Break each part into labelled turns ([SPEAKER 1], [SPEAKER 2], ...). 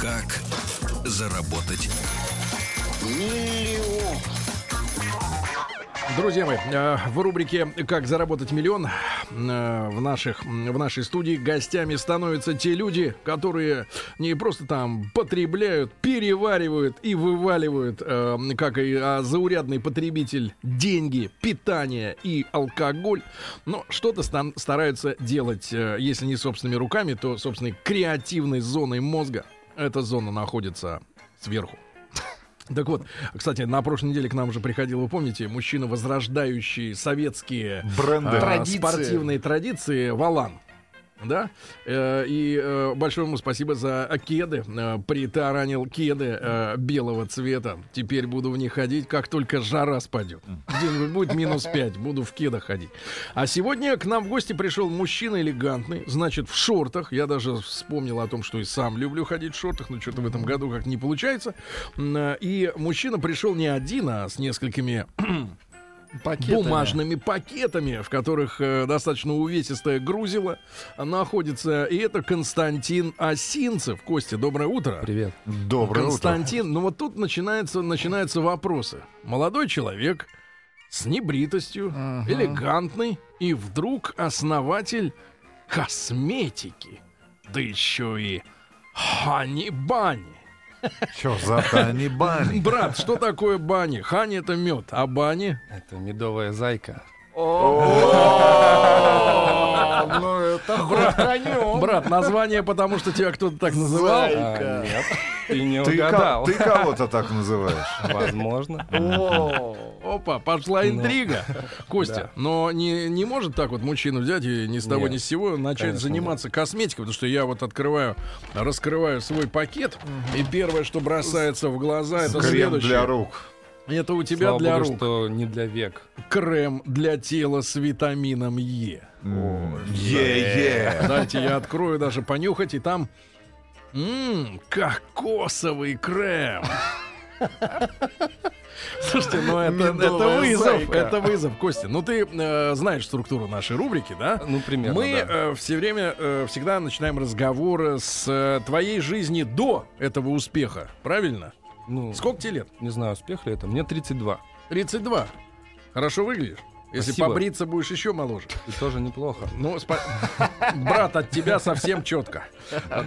[SPEAKER 1] Как заработать
[SPEAKER 2] Друзья мои, э, в рубрике «Как заработать миллион» э, в, наших, в нашей студии гостями становятся те люди, которые не просто там потребляют, переваривают и вываливают, э, как и а, заурядный потребитель, деньги, питание и алкоголь, но что-то стан- стараются делать, э, если не собственными руками, то собственной креативной зоной мозга. Эта зона находится сверху. Так вот, кстати, на прошлой неделе к нам уже приходил, вы помните, мужчина, возрождающий советские
[SPEAKER 3] Бренды.
[SPEAKER 2] а,
[SPEAKER 4] Традиции.
[SPEAKER 2] спортивные традиции, Валан. Да? Э, И э, большое ему спасибо за кеды. Э, Притаранил кеды э, белого цвета. Теперь буду в них ходить, как только жара спадет. Где-нибудь будет минус 5, буду в кедах ходить. А сегодня к нам в гости пришел мужчина элегантный, значит, в шортах. Я даже вспомнил о том, что и сам люблю ходить в шортах, но что-то в этом году как не получается. М, э, И мужчина пришел не один, а с несколькими
[SPEAKER 4] Пакетами.
[SPEAKER 2] бумажными пакетами, в которых э, достаточно увесистое грузило находится. И это Константин Осинцев. Костя, доброе утро.
[SPEAKER 4] Привет.
[SPEAKER 3] Доброе утро.
[SPEAKER 2] Константин, ну вот тут начинается, начинаются вопросы. Молодой человек с небритостью,
[SPEAKER 4] Мгм.
[SPEAKER 2] элегантный и вдруг основатель косметики. Да еще и хани-бани.
[SPEAKER 3] Чё за Танибань?
[SPEAKER 2] Брат, что такое бани? Хани это мед, а бани
[SPEAKER 4] Это медовая зайка.
[SPEAKER 3] Ну это
[SPEAKER 2] Брат, название, потому что тебя кто-то так называл.
[SPEAKER 4] А, нет, ты не
[SPEAKER 3] ты, ко-
[SPEAKER 4] угадал.
[SPEAKER 3] ты кого-то так называешь.
[SPEAKER 4] Возможно.
[SPEAKER 2] Опа, пошла
[SPEAKER 4] Ну,
[SPEAKER 2] интрига. Костя, но не, не может так вот мужчина взять и ни с того
[SPEAKER 4] Нет,
[SPEAKER 2] ни с сего начать
[SPEAKER 4] конечно,
[SPEAKER 2] заниматься косметикой, потому что я вот открываю, раскрываю свой пакет, и первое, что бросается в глаза, это
[SPEAKER 3] Крем
[SPEAKER 2] следующее.
[SPEAKER 3] для рук.
[SPEAKER 2] Это у тебя
[SPEAKER 4] Слава
[SPEAKER 2] для
[SPEAKER 4] богу,
[SPEAKER 2] рук
[SPEAKER 4] что не для век.
[SPEAKER 2] крем для тела с витамином Е.
[SPEAKER 3] М, Е-е.
[SPEAKER 2] Дайте Э, я открою даже понюхать, и там... Ммм, кокосовый крем. Слушайте, ну это, это
[SPEAKER 3] Медовая
[SPEAKER 2] вызов,
[SPEAKER 3] зайка.
[SPEAKER 2] это вызов, Костя. Ну ты э, знаешь структуру нашей рубрики, да?
[SPEAKER 4] Ну, примерно,
[SPEAKER 2] Мы
[SPEAKER 4] да.
[SPEAKER 2] э, все время, э, всегда начинаем разговоры с э, твоей жизни до этого успеха, правильно?
[SPEAKER 4] Ну,
[SPEAKER 2] Сколько тебе лет?
[SPEAKER 4] не знаю, успех ли это. Мне 32.
[SPEAKER 2] 32. Хорошо выглядишь? Если
[SPEAKER 4] Спасибо.
[SPEAKER 2] побриться, будешь еще моложе.
[SPEAKER 4] И тоже неплохо.
[SPEAKER 2] Ну, спа- брат, от тебя совсем четко.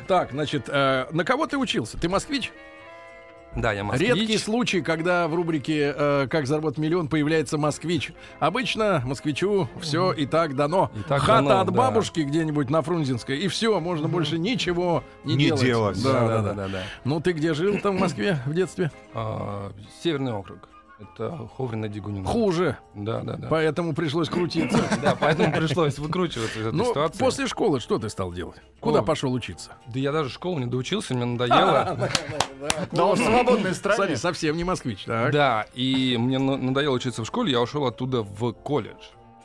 [SPEAKER 2] Так, значит, э, на кого ты учился? Ты москвич?
[SPEAKER 4] Да, я
[SPEAKER 2] Редкий
[SPEAKER 4] москвич.
[SPEAKER 2] случай, когда в рубрике э, «Как заработать миллион» появляется москвич. Обычно москвичу все и так дано.
[SPEAKER 4] И так
[SPEAKER 2] Хата
[SPEAKER 4] дано,
[SPEAKER 2] от
[SPEAKER 4] да.
[SPEAKER 2] бабушки где-нибудь на Фрунзенской, и все, можно больше ничего не,
[SPEAKER 3] Не
[SPEAKER 2] делать.
[SPEAKER 3] делать.
[SPEAKER 2] Да, да, да,
[SPEAKER 4] да.
[SPEAKER 2] Ну, ты где жил там в Москве в детстве?
[SPEAKER 4] А, Северный округ. Это Ховрина Дигунина.
[SPEAKER 2] Хуже,
[SPEAKER 4] Да, да, да.
[SPEAKER 2] поэтому пришлось крутиться.
[SPEAKER 4] Да, поэтому пришлось выкручиваться из этой
[SPEAKER 2] Ну,
[SPEAKER 4] ситуации.
[SPEAKER 2] после школы что ты стал делать? Куда
[SPEAKER 4] Ну,
[SPEAKER 2] пошел учиться?
[SPEAKER 4] Да я даже школу не доучился, мне
[SPEAKER 2] А,
[SPEAKER 4] надоело.
[SPEAKER 3] Да он в свободной
[SPEAKER 2] Смотри, совсем не москвич. Так.
[SPEAKER 4] Да, и мне на- надоело учиться в школе, я ушел оттуда в колледж,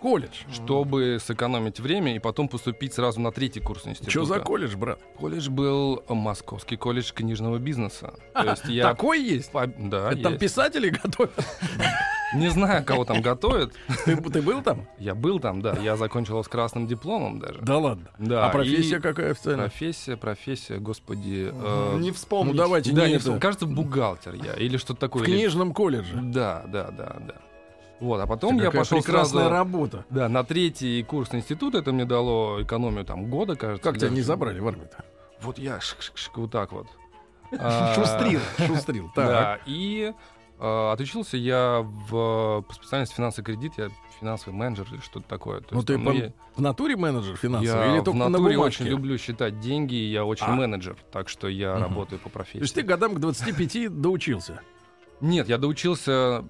[SPEAKER 2] Колледж.
[SPEAKER 4] чтобы сэкономить время и потом поступить сразу на третий курс института.
[SPEAKER 2] Что за колледж, брат?
[SPEAKER 4] Колледж был Московский колледж книжного бизнеса. То есть я...
[SPEAKER 2] Такой есть?
[SPEAKER 4] по- Да,
[SPEAKER 2] А, Это там
[SPEAKER 4] есть.
[SPEAKER 2] писатели готовят.
[SPEAKER 4] Не знаю, кого там готовят.
[SPEAKER 2] Ты, ты был там?
[SPEAKER 4] Я был там, да. Я закончил его с красным дипломом даже.
[SPEAKER 2] Да ладно.
[SPEAKER 4] Да,
[SPEAKER 2] а профессия
[SPEAKER 4] и-
[SPEAKER 2] какая официальная?
[SPEAKER 4] Профессия, профессия, господи. э,
[SPEAKER 3] Не
[SPEAKER 2] Ну
[SPEAKER 3] вспомнишь.
[SPEAKER 2] давайте
[SPEAKER 4] Да,
[SPEAKER 2] не
[SPEAKER 4] не
[SPEAKER 2] это.
[SPEAKER 4] вспом- кажется, бухгалтер я или что-то
[SPEAKER 2] В
[SPEAKER 4] такое. или-
[SPEAKER 2] книжном колледже.
[SPEAKER 4] Да, да, да, да. Вот, а
[SPEAKER 2] Это
[SPEAKER 4] потом я
[SPEAKER 2] какая
[SPEAKER 4] пошел
[SPEAKER 2] прекрасная
[SPEAKER 4] сразу...
[SPEAKER 2] работа.
[SPEAKER 4] Да, на третий курс института это мне дало экономию там года, кажется.
[SPEAKER 2] Как тебя
[SPEAKER 4] даже.
[SPEAKER 2] не забрали в армию-то?
[SPEAKER 4] Вот я шик-шик-шик, вот так вот. А,
[SPEAKER 2] Шустрил, шустрил. Так.
[SPEAKER 4] Да, и а, отучился я в, по специальности финансовый кредит, я финансовый менеджер или что-то такое. То
[SPEAKER 2] Ну
[SPEAKER 4] есть
[SPEAKER 2] ты
[SPEAKER 4] там,
[SPEAKER 2] по-
[SPEAKER 4] ну, я-
[SPEAKER 2] в натуре менеджер финансовый
[SPEAKER 4] я
[SPEAKER 2] или
[SPEAKER 4] в
[SPEAKER 2] только на
[SPEAKER 4] натуре
[SPEAKER 2] бумажке?
[SPEAKER 4] очень люблю считать деньги, и я очень
[SPEAKER 2] А.
[SPEAKER 4] менеджер, так что я
[SPEAKER 2] Мгм.
[SPEAKER 4] работаю по
[SPEAKER 2] То
[SPEAKER 4] профессии.
[SPEAKER 2] есть ты годам к 25 доучился.
[SPEAKER 4] Нет, я доучился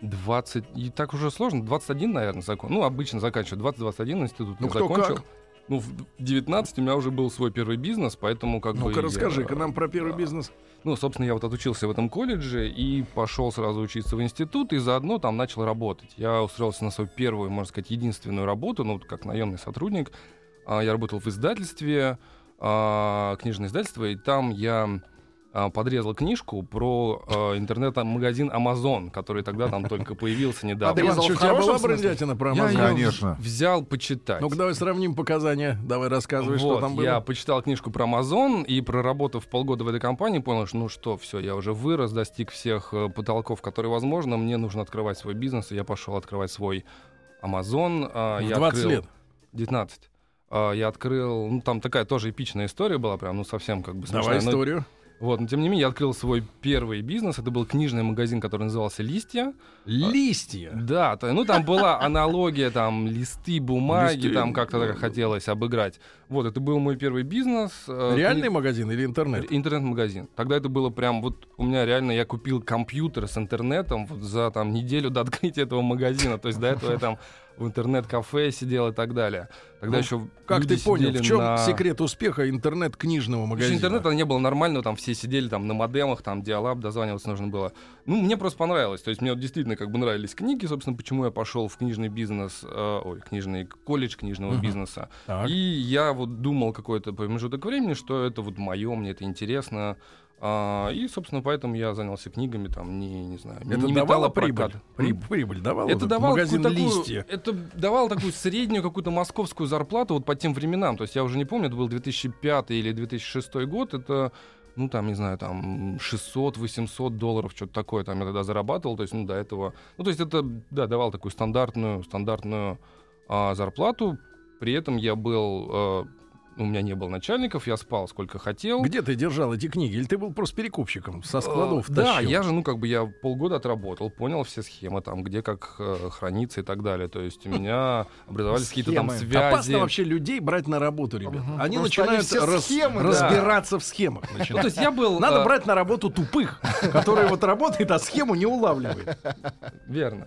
[SPEAKER 4] 20, и так уже сложно, 21, наверное, закон. Ну, обычно заканчиваю, 20-21 институт
[SPEAKER 2] Ну,
[SPEAKER 4] я
[SPEAKER 2] кто
[SPEAKER 4] закончил.
[SPEAKER 2] как.
[SPEAKER 4] Ну, в 19 у меня уже был свой первый бизнес, поэтому как бы...
[SPEAKER 2] Ну-ка
[SPEAKER 4] я- э,
[SPEAKER 2] расскажи-ка нам про первый
[SPEAKER 4] Да.
[SPEAKER 2] бизнес.
[SPEAKER 4] Ну, собственно, я вот отучился в этом колледже и пошел сразу учиться в институт, и заодно там начал работать. Я устроился на свою первую, можно сказать, единственную работу, ну, вот как наемный сотрудник. А, Я работал в издательстве, а, книжное издательство, и там я а, подрезал книжку про а, интернет-магазин Amazon, который тогда там только появился недавно.
[SPEAKER 2] Иван,
[SPEAKER 5] Подрезал
[SPEAKER 2] что,
[SPEAKER 5] в
[SPEAKER 2] у тебя
[SPEAKER 5] хорошем
[SPEAKER 2] была
[SPEAKER 5] смысле?
[SPEAKER 2] брендятина про
[SPEAKER 4] Я
[SPEAKER 2] Амазон?
[SPEAKER 4] её
[SPEAKER 3] Конечно.
[SPEAKER 4] взял почитать.
[SPEAKER 2] Ну-ка, давай сравним показания. Давай рассказывай, что
[SPEAKER 4] Вот,
[SPEAKER 2] там
[SPEAKER 4] Я
[SPEAKER 2] было.
[SPEAKER 4] почитал книжку про Amazon и проработав полгода в этой компании, понял, что ну что, все, я уже вырос, достиг всех э, потолков, которые возможно, мне нужно открывать свой бизнес, и я пошел открывать свой Amazon. а,
[SPEAKER 2] В
[SPEAKER 4] я
[SPEAKER 2] 20
[SPEAKER 4] открыл-
[SPEAKER 2] лет.
[SPEAKER 4] 19. А, Я открыл, ну там такая тоже эпичная история была, прям, ну совсем как бы
[SPEAKER 2] Давай
[SPEAKER 4] смешная, но-
[SPEAKER 2] историю.
[SPEAKER 4] вот, но тем не менее я открыл свой первый бизнес, это был книжный магазин, который назывался «Листья».
[SPEAKER 2] Листья.
[SPEAKER 4] Да, то- ну там была аналогия, там листы бумаги,
[SPEAKER 2] Листы,
[SPEAKER 4] там как-то так хотелось обыграть. Вот, это был мой первый бизнес. э,
[SPEAKER 2] Реальный
[SPEAKER 4] кни-
[SPEAKER 2] магазин или интернет?
[SPEAKER 4] Интернет-магазин. Тогда это было прям, вот у меня реально, я купил компьютер с интернетом вот за там неделю до открытия этого магазина. То есть до этого я там в интернет-кафе сидел и так далее. Тогда
[SPEAKER 2] Ну,
[SPEAKER 4] еще
[SPEAKER 2] Как ты
[SPEAKER 4] люди
[SPEAKER 2] понял,
[SPEAKER 4] сидели
[SPEAKER 2] в чем
[SPEAKER 4] на-
[SPEAKER 2] секрет успеха интернет-книжного
[SPEAKER 4] еще
[SPEAKER 2] магазина?
[SPEAKER 4] интернета не было нормального, там все сидели там на модемах, там диалаб дозваниваться нужно было. Ну, мне просто понравилось. То есть мне вот действительно как бы нравились книги, собственно, почему я пошел в книжный бизнес, э, ой, книжный колледж книжного
[SPEAKER 2] Мгм.
[SPEAKER 4] бизнеса.
[SPEAKER 2] Так.
[SPEAKER 4] И я вот думал какой-то промежуток времени, что это вот мое, мне это интересно. А, и, собственно, поэтому я занялся книгами, там, не, не знаю,
[SPEAKER 2] Это
[SPEAKER 4] не
[SPEAKER 2] давало
[SPEAKER 4] металлопрокат.
[SPEAKER 2] прибыль? Приб- Прибыль давало?
[SPEAKER 4] Это
[SPEAKER 2] этот
[SPEAKER 4] давало
[SPEAKER 2] магазин
[SPEAKER 4] какую-то такую-
[SPEAKER 2] листья.
[SPEAKER 4] это давало такую среднюю какую-то московскую зарплату вот по тем временам. То есть я уже не помню, это был 2005 или 2006 год. Это, ну там, не знаю, там 600-800 долларов, что-то такое там я тогда зарабатывал. То есть, ну, до этого... Ну, то есть это, да, давало такую стандартную, стандартную а, зарплату. При этом я был... э, у меня не было начальников, я спал сколько хотел.
[SPEAKER 2] Где ты держал эти книги? Или ты был просто перекупщиком со складов?
[SPEAKER 4] ну Э, Да,
[SPEAKER 2] тащил?
[SPEAKER 4] я же, ну, как бы я полгода отработал, понял все схемы, там, где как э, хранится и так далее. То есть у меня образовались какие-то там
[SPEAKER 5] Схемы.
[SPEAKER 4] связи.
[SPEAKER 2] Опасно А вообще людей брать на работу, ребят. Они
[SPEAKER 3] Потому что
[SPEAKER 2] начинают
[SPEAKER 3] они все
[SPEAKER 2] раз-
[SPEAKER 3] схемы, да.
[SPEAKER 2] разбираться в схемах.
[SPEAKER 4] Ну,
[SPEAKER 2] начинают.
[SPEAKER 4] то есть я был...
[SPEAKER 2] Надо
[SPEAKER 4] э,
[SPEAKER 2] брать на работу тупых, которые вот работают, а схему не улавливают.
[SPEAKER 4] Верно.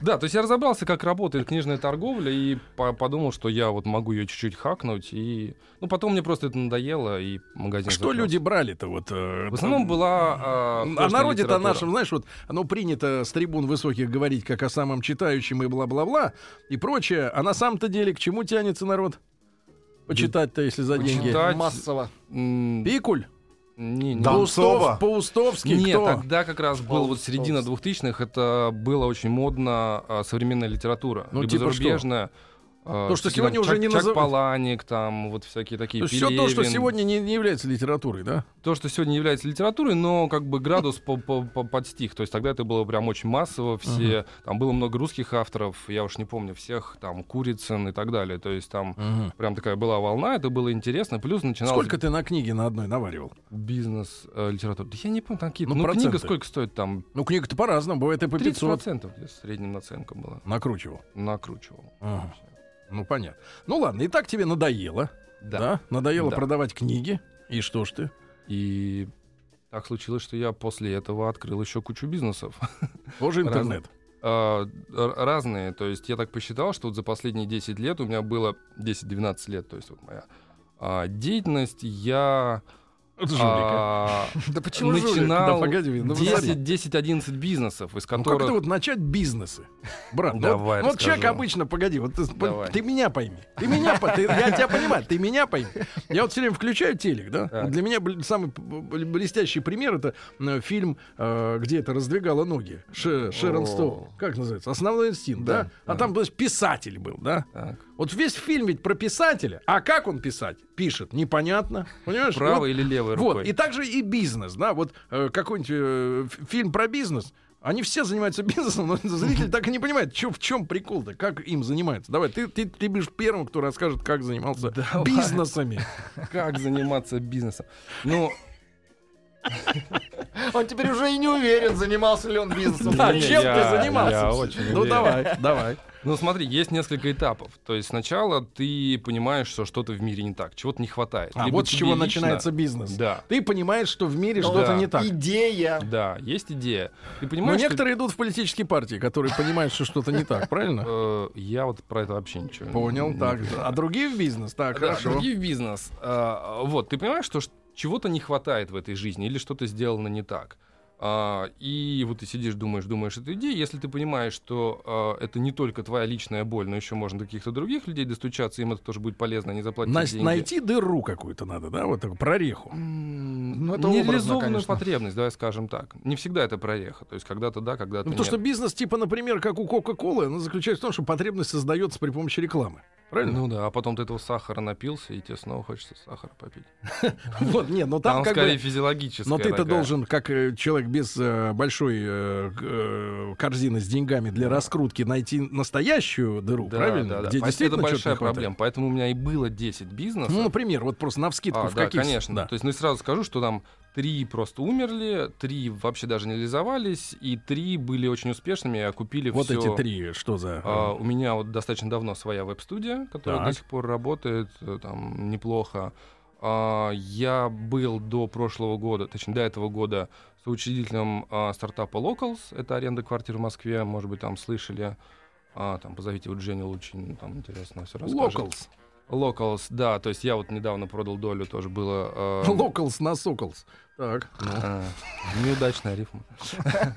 [SPEAKER 4] Да, то есть я разобрался, как работает книжная торговля, и по- подумал, что я вот могу ее чуть-чуть хакнуть, и... Ну, потом мне просто это надоело, и магазин...
[SPEAKER 2] Что
[SPEAKER 4] закрылся.
[SPEAKER 2] люди брали-то вот? э,
[SPEAKER 4] В основном была... э,
[SPEAKER 2] О
[SPEAKER 4] художественная
[SPEAKER 2] а народе-то
[SPEAKER 4] литература.
[SPEAKER 2] нашем, знаешь, вот оно принято с трибун высоких говорить как о самом читающем и бла-бла-бла и прочее. А на самом-то деле к чему тянется народ? Почитать-то, если за деньги.
[SPEAKER 4] Почитать,
[SPEAKER 5] Массово.
[SPEAKER 4] м,
[SPEAKER 2] Пикуль?
[SPEAKER 4] не, не,
[SPEAKER 3] Да. Донцова.
[SPEAKER 2] Паустов, Паустовский,
[SPEAKER 4] Нет,
[SPEAKER 2] кто?
[SPEAKER 4] тогда как раз был вот середина 2000-х, это было очень модно а, современная литература,
[SPEAKER 2] Ну,
[SPEAKER 4] либо
[SPEAKER 2] типа
[SPEAKER 4] зарубежная. а,
[SPEAKER 2] То, что
[SPEAKER 4] всякие там
[SPEAKER 2] сегодня уже
[SPEAKER 4] Чак-
[SPEAKER 2] не
[SPEAKER 4] Чак
[SPEAKER 2] назов-
[SPEAKER 4] Паланик, там вот всякие такие.
[SPEAKER 2] То есть все то, что
[SPEAKER 4] Пелевин.
[SPEAKER 2] сегодня не, не является литературой, да?
[SPEAKER 4] то, что сегодня является литературой, но как бы градус по, по- по- под стих. То есть тогда это было прям очень массово. Все там было много русских авторов, я уж не помню всех, там Курицын и так далее. То есть там прям такая была волна, это было интересно. Плюс начиналось
[SPEAKER 2] Сколько ты на книге на одной наваривал?
[SPEAKER 4] бизнес э, литература. Да я не помню, там какие-то.
[SPEAKER 2] Ну,
[SPEAKER 4] Ну, книга
[SPEAKER 2] проценты.
[SPEAKER 4] сколько стоит там?
[SPEAKER 2] Ну, книга-то по-разному, бывает и по 500
[SPEAKER 4] 30% где-то средняя наценка была.
[SPEAKER 2] накручивал.
[SPEAKER 4] Накручивал.
[SPEAKER 2] Ага. Ну, понятно. Ну, ладно, и так тебе надоело, да? Надоело
[SPEAKER 4] Да.
[SPEAKER 2] продавать книги. И что ж ты?
[SPEAKER 4] И так случилось, что я после этого открыл еще кучу бизнесов.
[SPEAKER 2] Тоже
[SPEAKER 4] Раз-
[SPEAKER 2] интернет.
[SPEAKER 4] А, р- Разные. То есть я так посчитал, что вот за последние 10 лет у меня было 10-12 лет, то есть вот моя а, деятельность, я
[SPEAKER 2] От жулика.
[SPEAKER 4] а,
[SPEAKER 5] Да почему же?
[SPEAKER 2] Да
[SPEAKER 4] начинал
[SPEAKER 2] погоди, вы- ну, вы
[SPEAKER 4] 10-11 бизнесов, из
[SPEAKER 2] Ну, как это
[SPEAKER 4] которых...
[SPEAKER 2] вот начать бизнесы? Брат, ну
[SPEAKER 4] Давай,
[SPEAKER 2] вот, ну, вот человек
[SPEAKER 4] расскажу.
[SPEAKER 2] обычно, погоди, вот ты,
[SPEAKER 4] Давай.
[SPEAKER 2] ты меня пойми. Ты меня, по- ты- я тебя понимаю, ты меня пойми. Я вот все время включаю телек, да?
[SPEAKER 4] Так.
[SPEAKER 2] Вот Для меня бл- самый п- бл- блестящий пример это э, фильм, э, где это раздвигало ноги. Ше- Шерон
[SPEAKER 4] О.
[SPEAKER 2] Стоун. Как называется? Основной инстинкт, да? А там то есть, писатель был, да?
[SPEAKER 4] Так.
[SPEAKER 2] Вот весь фильм ведь про писателя. А как он писать? Пишет, непонятно. Понимаешь?
[SPEAKER 4] Правой
[SPEAKER 2] Вот-
[SPEAKER 4] или левой рукой?
[SPEAKER 2] вот, и также и бизнес, да, вот э, какой-нибудь э, ф- фильм про бизнес, они все занимаются бизнесом, но зритель так и не понимает, чё- в чем прикол-то, как им занимаются. Давай, ты, ты, ты будешь первым, кто расскажет, как занимался бизнесами.
[SPEAKER 4] Как заниматься бизнесом? Ну,
[SPEAKER 5] Он теперь уже и не уверен, занимался ли он бизнесом.
[SPEAKER 2] Да,
[SPEAKER 4] Не,
[SPEAKER 2] чем
[SPEAKER 4] я-
[SPEAKER 2] Ну, ты занимался?
[SPEAKER 4] я
[SPEAKER 2] всё?
[SPEAKER 4] очень
[SPEAKER 2] ну
[SPEAKER 4] уверен.
[SPEAKER 2] давай, давай.
[SPEAKER 4] Ну, смотри, есть несколько этапов. То есть сначала ты понимаешь, что что-то в мире не так, чего-то не хватает.
[SPEAKER 2] А
[SPEAKER 4] Либо
[SPEAKER 2] вот с
[SPEAKER 4] тебе
[SPEAKER 2] чего
[SPEAKER 4] лично-
[SPEAKER 2] начинается бизнес.
[SPEAKER 4] Да.
[SPEAKER 2] Ты понимаешь, что в мире
[SPEAKER 5] Ну
[SPEAKER 2] что-то
[SPEAKER 4] да.
[SPEAKER 2] не так.
[SPEAKER 5] Идея.
[SPEAKER 4] Да, есть идея. Ты
[SPEAKER 2] Но
[SPEAKER 4] понимаешь, что-
[SPEAKER 2] Ну, некоторые идут в политические партии, которые понимают, что что-то не так, правильно?
[SPEAKER 4] Э, я вот про это вообще ничего не-
[SPEAKER 2] Понял,
[SPEAKER 4] не
[SPEAKER 2] так. А другие в бизнес, так,
[SPEAKER 4] Да,
[SPEAKER 2] хорошо.
[SPEAKER 4] другие в бизнес. А, вот, ты понимаешь, что ш- чего-то не хватает в этой жизни или что-то сделано не так. А, А, и вот ты сидишь, думаешь, думаешь эту идею. Если ты понимаешь, что а, это не только твоя личная боль, но еще можно до каких-то других людей достучаться, им это тоже будет полезно, они заплатят
[SPEAKER 2] Нас-
[SPEAKER 4] тебе деньги.
[SPEAKER 2] найти дыру какую-то надо, да, вот такую прореху.
[SPEAKER 4] М,
[SPEAKER 5] Ну, это образно,
[SPEAKER 4] Нереализованную
[SPEAKER 5] конечно.
[SPEAKER 4] потребность, давай скажем так. Не всегда это прореха. То есть когда-то да, когда-то
[SPEAKER 2] Ну,
[SPEAKER 4] нет.
[SPEAKER 2] потому что бизнес, типа, например, как у Кока-Колы, она заключается в том, что потребность создается при помощи рекламы. Правильно?
[SPEAKER 4] Ну да, а потом ты этого сахара напился, и тебе снова хочется сахара попить.
[SPEAKER 2] вот, нет, ну
[SPEAKER 4] Там,
[SPEAKER 2] там как
[SPEAKER 4] скорее
[SPEAKER 2] бы...
[SPEAKER 4] физиологическое.
[SPEAKER 2] Но ты-то
[SPEAKER 4] такая.
[SPEAKER 2] должен, как э, человек без э, большой э, к- э, корзины с деньгами для раскрутки, найти настоящую дыру,
[SPEAKER 4] Да,
[SPEAKER 2] правильно?
[SPEAKER 4] да, да.
[SPEAKER 2] Где
[SPEAKER 4] Пос-
[SPEAKER 2] действительно
[SPEAKER 4] это
[SPEAKER 2] чё-то не
[SPEAKER 4] большая
[SPEAKER 2] хватает.
[SPEAKER 4] проблема. Поэтому у меня и было 10 бизнесов.
[SPEAKER 2] Ну, например, вот просто на вскидку
[SPEAKER 4] А,
[SPEAKER 2] в
[SPEAKER 4] да,
[SPEAKER 2] каких...
[SPEAKER 4] конечно.
[SPEAKER 2] Да.
[SPEAKER 4] То есть, ну и сразу скажу, что там три просто умерли, три вообще даже не реализовались, и три были очень успешными, а купили
[SPEAKER 2] Вот
[SPEAKER 4] всё.
[SPEAKER 2] эти три, что за...
[SPEAKER 4] А, у меня вот достаточно давно своя веб-студия, которая
[SPEAKER 2] Так.
[SPEAKER 4] до сих пор работает э, там неплохо. А, я был до прошлого года, точнее до этого года, соучредителем а, стартапа Locals. Это аренда квартир в Москве, может быть, там слышали. А, там позовите вот Женю Лучин, там интересно все расскажет.
[SPEAKER 2] Локалс.
[SPEAKER 4] Locals, да, то есть я вот недавно продал долю, тоже было... э,
[SPEAKER 2] Локалс на соколс. Так. ну.
[SPEAKER 4] а, Неудачная рифма.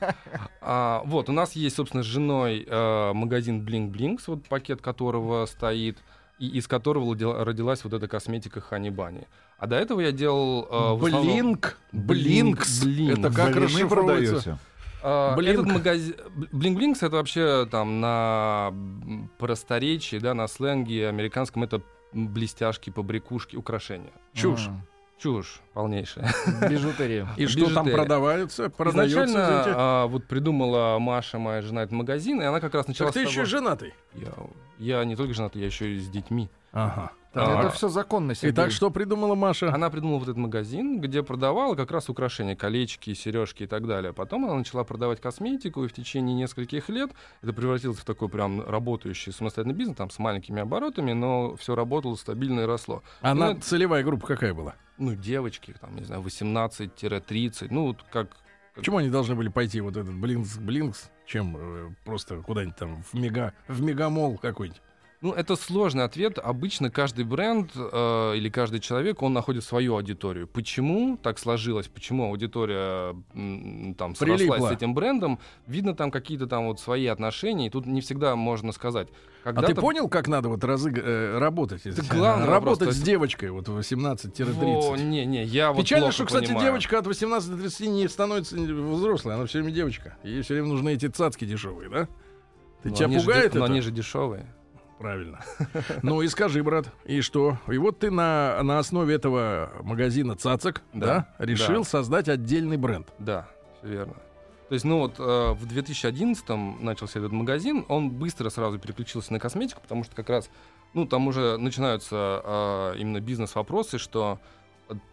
[SPEAKER 4] А, Вот, у нас есть, собственно, с женой э, магазин Blink Blinks, вот пакет которого стоит, и из которого родила- родилась вот эта косметика Хани Бани. А до этого я делал... э, в основном-
[SPEAKER 2] Блинк.
[SPEAKER 4] Блинкс.
[SPEAKER 2] Блинкс. Это как
[SPEAKER 3] Блины
[SPEAKER 2] расшифровывается?
[SPEAKER 3] продаете?
[SPEAKER 4] А,
[SPEAKER 2] Blink.
[SPEAKER 4] Этот магазин... Blink Blinks это вообще там на м, просторечии, да, на сленге американском это блестяшки, побрякушки, украшения.
[SPEAKER 2] Чушь.
[SPEAKER 4] Чушь полнейшая.
[SPEAKER 5] М, Бижутерия.
[SPEAKER 2] И что там
[SPEAKER 4] Бижутерия.
[SPEAKER 2] продавается? Продается,
[SPEAKER 4] Изначально
[SPEAKER 2] извините.
[SPEAKER 4] а, вот придумала Маша, моя жена, этот магазин, и она как раз начала
[SPEAKER 2] Так ты
[SPEAKER 4] с того-
[SPEAKER 2] еще и женатый.
[SPEAKER 4] я, я не только женат, я еще и с детьми.
[SPEAKER 2] Ага.
[SPEAKER 4] А,
[SPEAKER 5] Это все законно, Сергей.
[SPEAKER 2] Итак, что придумала Маша?
[SPEAKER 4] Она придумала вот этот магазин, где продавала как раз украшения, колечки, сережки и так далее. Потом она начала продавать косметику, и в течение нескольких лет это превратилось в такой прям работающий самостоятельный бизнес, там с маленькими оборотами, но все работало стабильно и росло.
[SPEAKER 2] Она
[SPEAKER 4] ну,
[SPEAKER 2] целевая группа какая была?
[SPEAKER 4] Ну, девочки, там, не знаю, 18-30, ну, вот как
[SPEAKER 2] Почему они должны были пойти вот этот блинкс, блинкс, чем э, просто куда-нибудь там в мега, в мегамол какой-нибудь?
[SPEAKER 4] Ну, это сложный ответ. Обычно каждый бренд э, или каждый человек, он находит свою аудиторию. Почему так сложилось? Почему аудитория м, там срослась
[SPEAKER 2] Прилипла.
[SPEAKER 4] с этим брендом? Видно там какие-то там вот свои отношения, и тут не всегда можно сказать.
[SPEAKER 2] А ты
[SPEAKER 4] Когда-то-
[SPEAKER 2] понял, как надо вот разыг... э, работать? если-
[SPEAKER 4] главное
[SPEAKER 2] работать
[SPEAKER 4] просто-
[SPEAKER 2] с девочкой вот 18-30.
[SPEAKER 4] Во, не, не, я вот
[SPEAKER 2] Печально,
[SPEAKER 4] плохо
[SPEAKER 2] что, кстати,
[SPEAKER 4] понимаю.
[SPEAKER 2] девочка от 18 до 30 не становится взрослой, она все время девочка. Ей все время нужны эти цацки дешевые, да? Ты
[SPEAKER 4] Но
[SPEAKER 2] тебя
[SPEAKER 4] Ну, они же
[SPEAKER 2] пугает
[SPEAKER 4] де- Но
[SPEAKER 2] это?
[SPEAKER 4] они же дешевые.
[SPEAKER 2] Правильно. Ну и скажи, брат, и что? И вот ты на, на основе этого магазина цацок, да,
[SPEAKER 4] Да.
[SPEAKER 2] решил
[SPEAKER 4] Да.
[SPEAKER 2] создать отдельный бренд.
[SPEAKER 4] Да, все верно. То есть, ну вот э, в 2011 начался этот магазин, он быстро сразу переключился на косметику, потому что как раз, ну там уже начинаются э, именно бизнес-вопросы, что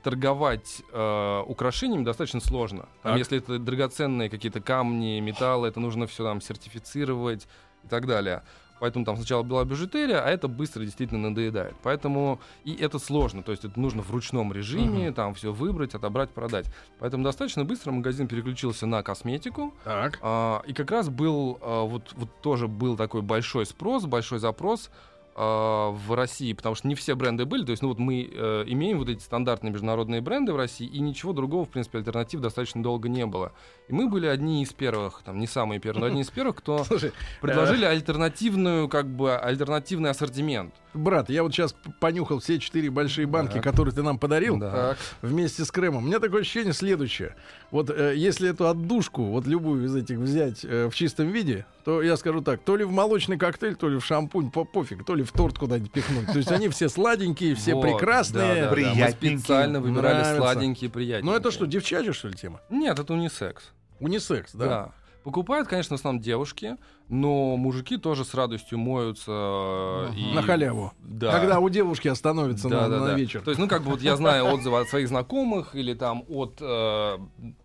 [SPEAKER 4] торговать э, украшениями достаточно сложно. Там,
[SPEAKER 2] Так.
[SPEAKER 4] если это драгоценные какие-то камни, металлы, это нужно все там сертифицировать и так далее. Поэтому там сначала была бижутерия, а это быстро действительно надоедает. Поэтому и это сложно, то есть это нужно в ручном режиме, там все выбрать, отобрать, продать. Поэтому достаточно быстро магазин переключился на косметику,
[SPEAKER 2] Так.
[SPEAKER 4] а, и как раз был а, вот, вот тоже был такой большой спрос, большой запрос а, в России, потому что не все бренды были. То есть, ну вот мы э, имеем вот эти стандартные международные бренды в России, и ничего другого, в принципе, альтернатив достаточно долго не было. И мы были одни из первых, там не самые первые, но одни из первых, кто
[SPEAKER 2] Слушай, э,
[SPEAKER 4] предложили альтернативную, как бы альтернативный ассортимент.
[SPEAKER 2] брат, я вот сейчас понюхал все четыре большие банки, которые ты нам подарил.
[SPEAKER 4] Да.
[SPEAKER 5] Так.
[SPEAKER 2] вместе с кремом. У меня такое ощущение следующее. Вот э, если эту отдушку, вот любую из этих взять э, в чистом виде, то я скажу так, то ли в молочный коктейль, то ли в шампунь, по пофиг, то ли в торт куда-нибудь пихнуть. То есть они все сладенькие, все
[SPEAKER 4] Вот, да, да, да.
[SPEAKER 2] прекрасные.
[SPEAKER 4] Мы
[SPEAKER 3] приятненькие.
[SPEAKER 4] специально выбирали
[SPEAKER 2] Нравится.
[SPEAKER 4] сладенькие, приятненькие.
[SPEAKER 2] Но это что, девчачья, что ли, тема?
[SPEAKER 4] Нет, это унисекс.
[SPEAKER 2] Унисекс,
[SPEAKER 4] Да.
[SPEAKER 2] да?
[SPEAKER 4] Покупают, конечно, в основном девушки, но мужики тоже с радостью моются. э, и-
[SPEAKER 2] На халяву.
[SPEAKER 4] Да.
[SPEAKER 2] Когда у девушки остановится
[SPEAKER 4] Да,
[SPEAKER 2] на,
[SPEAKER 4] да,
[SPEAKER 2] на
[SPEAKER 4] да.
[SPEAKER 2] вечер.
[SPEAKER 4] То есть, ну, как бы вот я знаю отзывы от своих знакомых или там от э,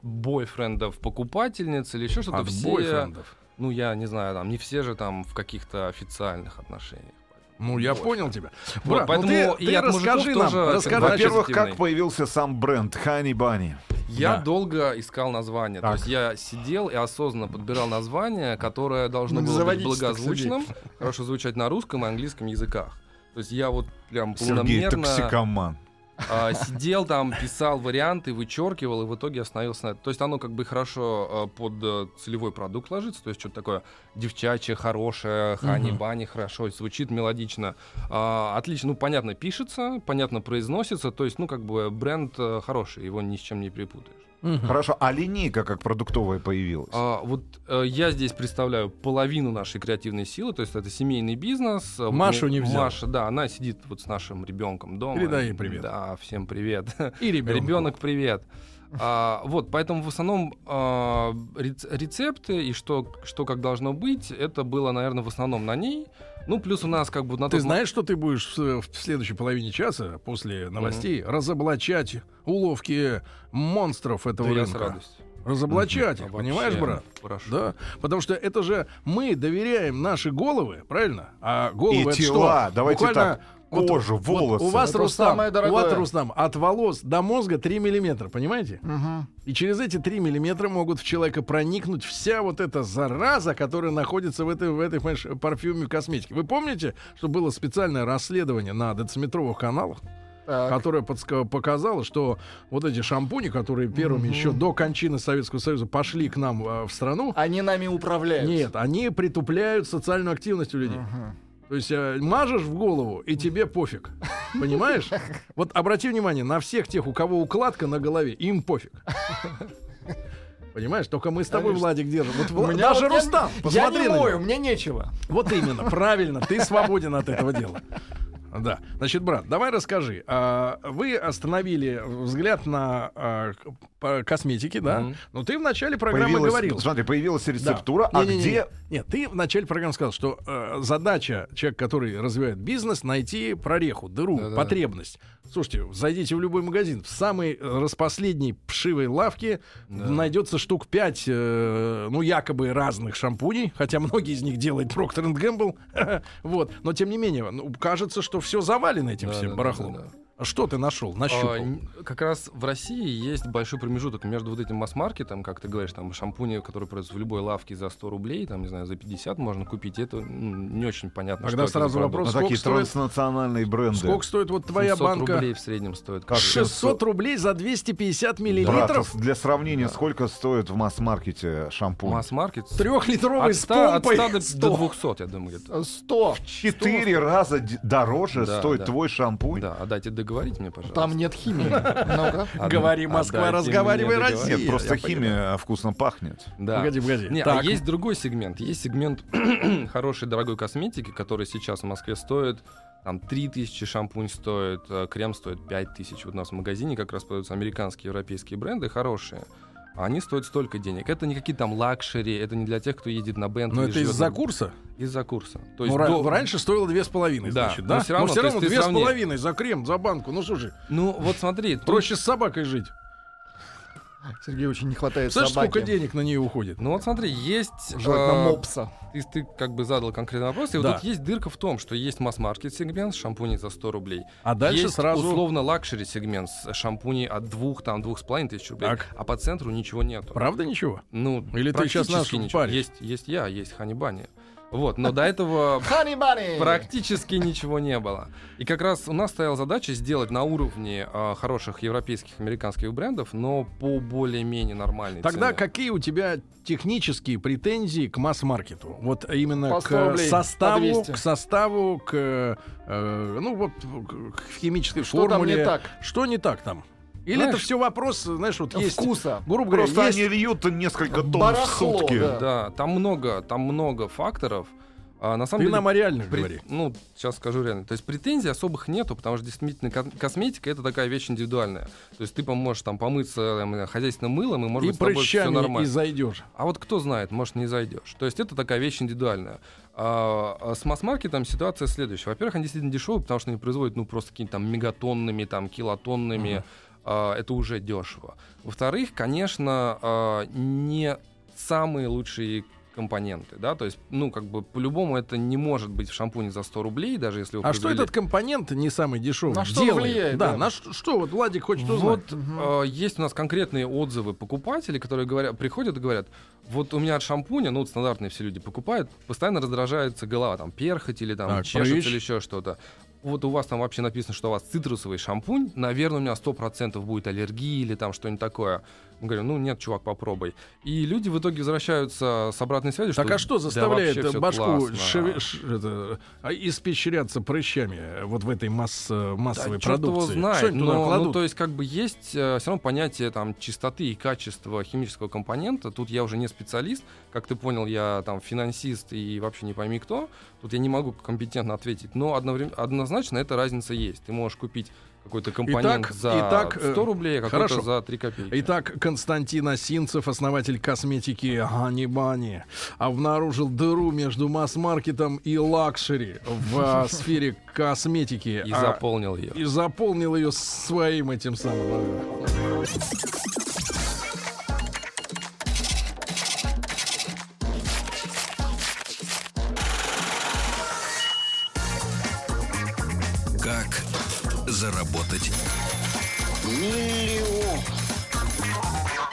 [SPEAKER 4] бойфрендов покупательниц или еще что-то.
[SPEAKER 2] От
[SPEAKER 4] все,
[SPEAKER 2] А, бойфрендов.
[SPEAKER 4] Ну, я не знаю, там, не все же там в каких-то официальных отношениях.
[SPEAKER 2] Ну, я
[SPEAKER 4] Вот.
[SPEAKER 2] понял тебя.
[SPEAKER 4] Вот,
[SPEAKER 2] Брат, ну
[SPEAKER 4] поэтому
[SPEAKER 2] ты,
[SPEAKER 4] и
[SPEAKER 2] ты
[SPEAKER 4] от мужиков
[SPEAKER 2] расскажи нам,
[SPEAKER 4] тоже,
[SPEAKER 2] расскажи.
[SPEAKER 4] как бы,
[SPEAKER 2] Во-первых,
[SPEAKER 3] Во-первых,
[SPEAKER 4] позитивный.
[SPEAKER 3] как появился сам бренд Хани Бани?
[SPEAKER 4] Я
[SPEAKER 2] Да.
[SPEAKER 4] долго искал название. То есть я сидел и осознанно подбирал название, которое должно
[SPEAKER 5] Ну,
[SPEAKER 4] было быть
[SPEAKER 5] заводитесь так,
[SPEAKER 4] благозвучным, хорошо звучать на русском и английском языках. То есть я вот прям
[SPEAKER 3] Сергей
[SPEAKER 4] полномерно...
[SPEAKER 3] Токсикоман.
[SPEAKER 4] а, сидел там, писал варианты, вычеркивал, и в итоге остановился на... То есть оно как бы хорошо а, под э, целевой продукт ложится, то есть что-то такое девчачье, хорошее, хани-бани, хорошо, звучит мелодично. А, отлично, ну, понятно, пишется, понятно, произносится, то есть, ну, как бы бренд э, хороший, его ни с чем не перепутаешь.
[SPEAKER 3] Хорошо, а линейка как продуктовая появилась?
[SPEAKER 4] А, вот э, я здесь представляю половину нашей креативной силы, то есть это семейный бизнес. Э, вот
[SPEAKER 2] Машу
[SPEAKER 4] мне-
[SPEAKER 2] не взял.
[SPEAKER 4] Маша, да, она сидит вот с нашим ребенком дома.
[SPEAKER 2] Передай ей привет.
[SPEAKER 4] Да, всем привет.
[SPEAKER 2] И ребенок.
[SPEAKER 4] Ребенок, привет. А, вот, поэтому в основном а, рец- рецепты и что, что как должно быть, это было, наверное, в основном на ней. Ну, плюс у нас как бы на
[SPEAKER 2] А Ты
[SPEAKER 4] тот мо-
[SPEAKER 2] знаешь, что ты будешь в, в следующей половине часа после новостей разоблачать уловки монстров
[SPEAKER 4] Да,
[SPEAKER 2] этого
[SPEAKER 4] я с
[SPEAKER 2] рынка?
[SPEAKER 4] радостью. А
[SPEAKER 2] Разоблачать их,
[SPEAKER 4] Вообще,
[SPEAKER 2] понимаешь, брат?
[SPEAKER 4] Прошу.
[SPEAKER 2] Да, потому что это же мы доверяем наши головы, правильно? А головы
[SPEAKER 3] И
[SPEAKER 2] это
[SPEAKER 3] тела,
[SPEAKER 2] что?
[SPEAKER 3] давайте
[SPEAKER 2] Буквально
[SPEAKER 3] так, кожу, волосы.
[SPEAKER 2] у вас,
[SPEAKER 5] Это
[SPEAKER 2] Рустам,
[SPEAKER 5] самое
[SPEAKER 2] у
[SPEAKER 5] дорогое.
[SPEAKER 2] вас, Рустам, от волос до мозга 3 миллиметра, понимаете?
[SPEAKER 5] Мгм.
[SPEAKER 2] И через эти 3 миллиметра могут в человека проникнуть вся вот эта зараза, которая находится в этой, в этой понимаешь, парфюме косметики. Вы помните, что было специальное расследование на дециметровых каналах?
[SPEAKER 5] Так.
[SPEAKER 2] которая подска- показала, что вот эти шампуни, которые первыми
[SPEAKER 5] Мгм.
[SPEAKER 2] еще до кончины Советского Союза пошли к нам э, в страну,
[SPEAKER 5] Они нами управляют.
[SPEAKER 2] нет, они притупляют социальную активность у людей.
[SPEAKER 5] Мгм.
[SPEAKER 2] То есть э, мажешь в голову, и тебе пофиг. Понимаешь? Вот обрати внимание, на всех тех, у кого укладка на голове, им пофиг. Понимаешь, только мы с тобой,
[SPEAKER 5] Конечно.
[SPEAKER 2] Владик, держим. Вот
[SPEAKER 5] У
[SPEAKER 2] Вла-
[SPEAKER 5] меня
[SPEAKER 2] даже
[SPEAKER 5] вот я-
[SPEAKER 2] Рустам,
[SPEAKER 5] Я
[SPEAKER 2] посмотри
[SPEAKER 5] не
[SPEAKER 2] на него.
[SPEAKER 5] мою, мне нечего.
[SPEAKER 2] Вот именно, правильно, ты свободен от этого дела. Да. Значит, брат, давай расскажи. а, Вы остановили взгляд на а, к- по косметике, да?
[SPEAKER 4] Мгм.
[SPEAKER 2] Но ты в начале программы
[SPEAKER 3] Появилась-
[SPEAKER 2] говорил.
[SPEAKER 3] Смотри, появилась рецептура, а
[SPEAKER 2] Не-не-не.
[SPEAKER 3] где...
[SPEAKER 2] Нет, ты в начале программы сказал, что э, задача человека, который развивает бизнес, найти прореху, дыру,
[SPEAKER 4] Да-да-да.
[SPEAKER 2] потребность. Слушайте, зайдите в любой магазин, в самой э, распоследней пшивой лавке
[SPEAKER 4] Да.
[SPEAKER 2] найдется штук 5, ну, якобы разных шампуней, хотя многие из них делает Проктор Гэмбл. Вот, но тем не менее, ну, кажется, что все завалено этим
[SPEAKER 4] Да,
[SPEAKER 2] всем
[SPEAKER 4] да, да,
[SPEAKER 2] барахлом.
[SPEAKER 4] да, да.
[SPEAKER 2] А Что ты нашел,
[SPEAKER 4] А,
[SPEAKER 2] нащупал?
[SPEAKER 4] н- как раз в России есть большой промежуток между вот этим масс-маркетом, как ты говоришь, там шампуни, которые продаются в любой лавке за 100 рублей, там, не знаю, за 50 можно купить, и это м, не очень понятно.
[SPEAKER 2] Тогда
[SPEAKER 4] что это
[SPEAKER 2] сразу
[SPEAKER 4] за продукт.
[SPEAKER 2] вопрос,
[SPEAKER 3] Ну,
[SPEAKER 2] сколько
[SPEAKER 3] такие
[SPEAKER 2] стоит?
[SPEAKER 3] транснациональные бренды.
[SPEAKER 2] Сколько стоит вот твоя
[SPEAKER 4] 700
[SPEAKER 2] банка?
[SPEAKER 4] рублей в среднем стоит.
[SPEAKER 3] Как?
[SPEAKER 2] 600 рублей за 250 миллилитров?
[SPEAKER 3] Братов, для сравнения, сколько стоит в масс-маркете шампунь?
[SPEAKER 4] Масс-маркет с-
[SPEAKER 2] Трехлитровый
[SPEAKER 4] от
[SPEAKER 2] с
[SPEAKER 4] 100, от
[SPEAKER 2] помпой.
[SPEAKER 4] 100 до-
[SPEAKER 2] Сто.
[SPEAKER 4] до 200, я думаю, где-то.
[SPEAKER 5] Э, Сто.
[SPEAKER 3] Четыре раза д- дороже
[SPEAKER 4] Да,
[SPEAKER 3] стоит
[SPEAKER 4] да.
[SPEAKER 3] твой шампунь.
[SPEAKER 4] Да, а дайте договорить мне, пожалуйста.
[SPEAKER 5] Там нет химии. Ну-ка.
[SPEAKER 4] Одна-
[SPEAKER 2] Говори, Москва,
[SPEAKER 4] отдайте
[SPEAKER 2] разговаривай,
[SPEAKER 4] мне
[SPEAKER 2] Россия.
[SPEAKER 4] договорить.
[SPEAKER 3] Нет,
[SPEAKER 2] Я-
[SPEAKER 3] просто
[SPEAKER 2] я
[SPEAKER 3] химия вкусно пахнет.
[SPEAKER 4] Да.
[SPEAKER 2] Погоди, погоди.
[SPEAKER 4] Не,
[SPEAKER 2] Так.
[SPEAKER 4] а есть другой сегмент. Есть сегмент хорошей дорогой косметики, который сейчас в Москве стоит там 3000 шампунь стоит, э, крем стоит 5000. Вот у нас в магазине как раз продаются американские, европейские бренды, хорошие. А Они стоят столько денег. Это не какие-то там лакшери, это не для тех, кто ездит на бентле.
[SPEAKER 2] Но
[SPEAKER 4] и
[SPEAKER 2] ну, это
[SPEAKER 4] живет
[SPEAKER 2] из-за
[SPEAKER 4] на-
[SPEAKER 2] курса.
[SPEAKER 4] Из-за курса. То
[SPEAKER 2] Ну,
[SPEAKER 4] есть
[SPEAKER 2] ра-
[SPEAKER 4] до-
[SPEAKER 2] Раньше стоило две с половиной,
[SPEAKER 4] Да,
[SPEAKER 2] значит,
[SPEAKER 4] но
[SPEAKER 2] да?
[SPEAKER 4] всё равно,
[SPEAKER 2] но
[SPEAKER 4] то
[SPEAKER 2] все
[SPEAKER 4] есть
[SPEAKER 2] равно
[SPEAKER 4] ты
[SPEAKER 2] две с
[SPEAKER 4] сравни.
[SPEAKER 2] половиной за крем, за банку. Ну слушай,
[SPEAKER 4] Ну вот смотри, тут-
[SPEAKER 2] проще с собакой жить.
[SPEAKER 5] Сергею очень не хватает
[SPEAKER 2] Слышишь, сколько
[SPEAKER 5] собаки.
[SPEAKER 2] денег на нее уходит?
[SPEAKER 4] Ну вот смотри, есть... э,
[SPEAKER 5] Желательно мопса.
[SPEAKER 4] ты, ты как бы задал конкретный вопрос, и
[SPEAKER 2] Да.
[SPEAKER 4] вот тут есть дырка в том, что есть масс-маркет сегмент с шампуней за 100 рублей.
[SPEAKER 2] А дальше
[SPEAKER 4] есть
[SPEAKER 2] сразу-
[SPEAKER 4] условно лакшери сегмент с шампуней от двух, там, двух с половиной тысяч рублей.
[SPEAKER 2] Так.
[SPEAKER 4] А по центру ничего нету.
[SPEAKER 2] Правда ничего?
[SPEAKER 4] Ну,
[SPEAKER 2] Или ты сейчас
[SPEAKER 4] практически
[SPEAKER 2] нас
[SPEAKER 4] ничего.
[SPEAKER 2] паришь?
[SPEAKER 4] Есть, есть я, есть ханибани. Вот, но до этого
[SPEAKER 5] Honey bunny.
[SPEAKER 4] практически ничего не было. И как раз у нас стояла задача сделать на уровне э, хороших европейских, американских брендов, но по более-менее нормальной
[SPEAKER 2] Тогда
[SPEAKER 4] цене.
[SPEAKER 2] какие у тебя технические претензии к масс-маркету? Вот именно
[SPEAKER 5] По 100
[SPEAKER 2] к
[SPEAKER 5] рублей, по
[SPEAKER 2] составу,
[SPEAKER 5] 200.
[SPEAKER 2] к составу, к э, ну вот к- к химической
[SPEAKER 5] Что там
[SPEAKER 2] формуле.
[SPEAKER 5] не так?
[SPEAKER 2] Что не так там? Или это
[SPEAKER 4] Знаешь-
[SPEAKER 2] все вопрос, знаешь, вот есть,
[SPEAKER 5] Вкуса.
[SPEAKER 2] грубо говоря,
[SPEAKER 3] Просто
[SPEAKER 2] есть-
[SPEAKER 3] они льют несколько тонн в
[SPEAKER 5] Барахло,
[SPEAKER 3] сутки.
[SPEAKER 5] да.
[SPEAKER 4] Да, там много, там много факторов. А, на самом
[SPEAKER 2] Ты
[SPEAKER 4] деле,
[SPEAKER 2] нам о реальных
[SPEAKER 4] пре-
[SPEAKER 2] говори.
[SPEAKER 4] ну, сейчас скажу реально. То есть претензий особых нету, потому что действительно ко- косметика это такая вещь индивидуальная. То есть ты поможешь там помыться там, хозяйственным мылом, и может
[SPEAKER 2] И
[SPEAKER 4] быть с тобой все
[SPEAKER 2] прыщами и
[SPEAKER 4] нормально.
[SPEAKER 2] зайдешь.
[SPEAKER 4] А вот кто знает, может, не зайдешь. То есть это такая вещь индивидуальная. А, а с масс-маркетом ситуация следующая. Во-первых, они действительно дешевые, потому что они производят, ну, просто какими-то там мегатонными, там, килотонными. А, это уже дешево. Во-вторых, конечно, а, не самые лучшие компоненты, да, то есть, ну, как бы, по-любому это не может быть в шампуне за 100 рублей, даже если вы
[SPEAKER 2] А что
[SPEAKER 4] произвели-
[SPEAKER 2] этот компонент не самый дешевый?
[SPEAKER 5] На что
[SPEAKER 2] делает?
[SPEAKER 5] влияет,
[SPEAKER 2] Да,
[SPEAKER 5] да.
[SPEAKER 2] на ш- что вот Владик хочет узнать?
[SPEAKER 4] Вот э, есть у нас конкретные отзывы покупателей, которые говорят, приходят и говорят, вот у меня от шампуня, ну вот стандартные все люди покупают, постоянно раздражается голова, там перхоть или там
[SPEAKER 2] Так,
[SPEAKER 4] чешется
[SPEAKER 2] прыщ.
[SPEAKER 4] или еще что-то. вот у вас там вообще написано, что у вас цитрусовый шампунь, наверное, у меня 100% будет аллергия или там что-нибудь такое. Мы говорим, ну нет, чувак, попробуй. И люди в итоге возвращаются с обратной связью.
[SPEAKER 2] Так а что
[SPEAKER 4] «Да
[SPEAKER 2] заставляет
[SPEAKER 4] вообще всё
[SPEAKER 2] башку
[SPEAKER 4] классно».
[SPEAKER 2] шеве- ш- это, а, испещряться прыщами э, вот в этой масс- э,
[SPEAKER 4] Да
[SPEAKER 2] массовой
[SPEAKER 4] чёрт его
[SPEAKER 2] продукции?
[SPEAKER 4] знает,
[SPEAKER 2] что они туда
[SPEAKER 4] но, ну,
[SPEAKER 2] кладут?
[SPEAKER 4] то есть как бы есть все равно понятие там чистоты и качества химического компонента. Тут я уже не специалист, как ты понял, я там финансист и вообще не пойми кто. Тут я не могу компетентно ответить, но одновременно, однозначно эта разница есть. Ты можешь купить какой-то компонент
[SPEAKER 2] Итак,
[SPEAKER 4] за
[SPEAKER 2] итак, э,
[SPEAKER 4] 100 рублей, а какой-то
[SPEAKER 2] хорошо.
[SPEAKER 4] за 3 копейки.
[SPEAKER 2] Итак, Константин Осинцев, основатель косметики Ханибани, обнаружил дыру между масс-маркетом и лакшери в э, сфере косметики.
[SPEAKER 4] и
[SPEAKER 2] А,
[SPEAKER 4] заполнил ее.
[SPEAKER 2] и заполнил ее своим этим самым.
[SPEAKER 1] Как заработать?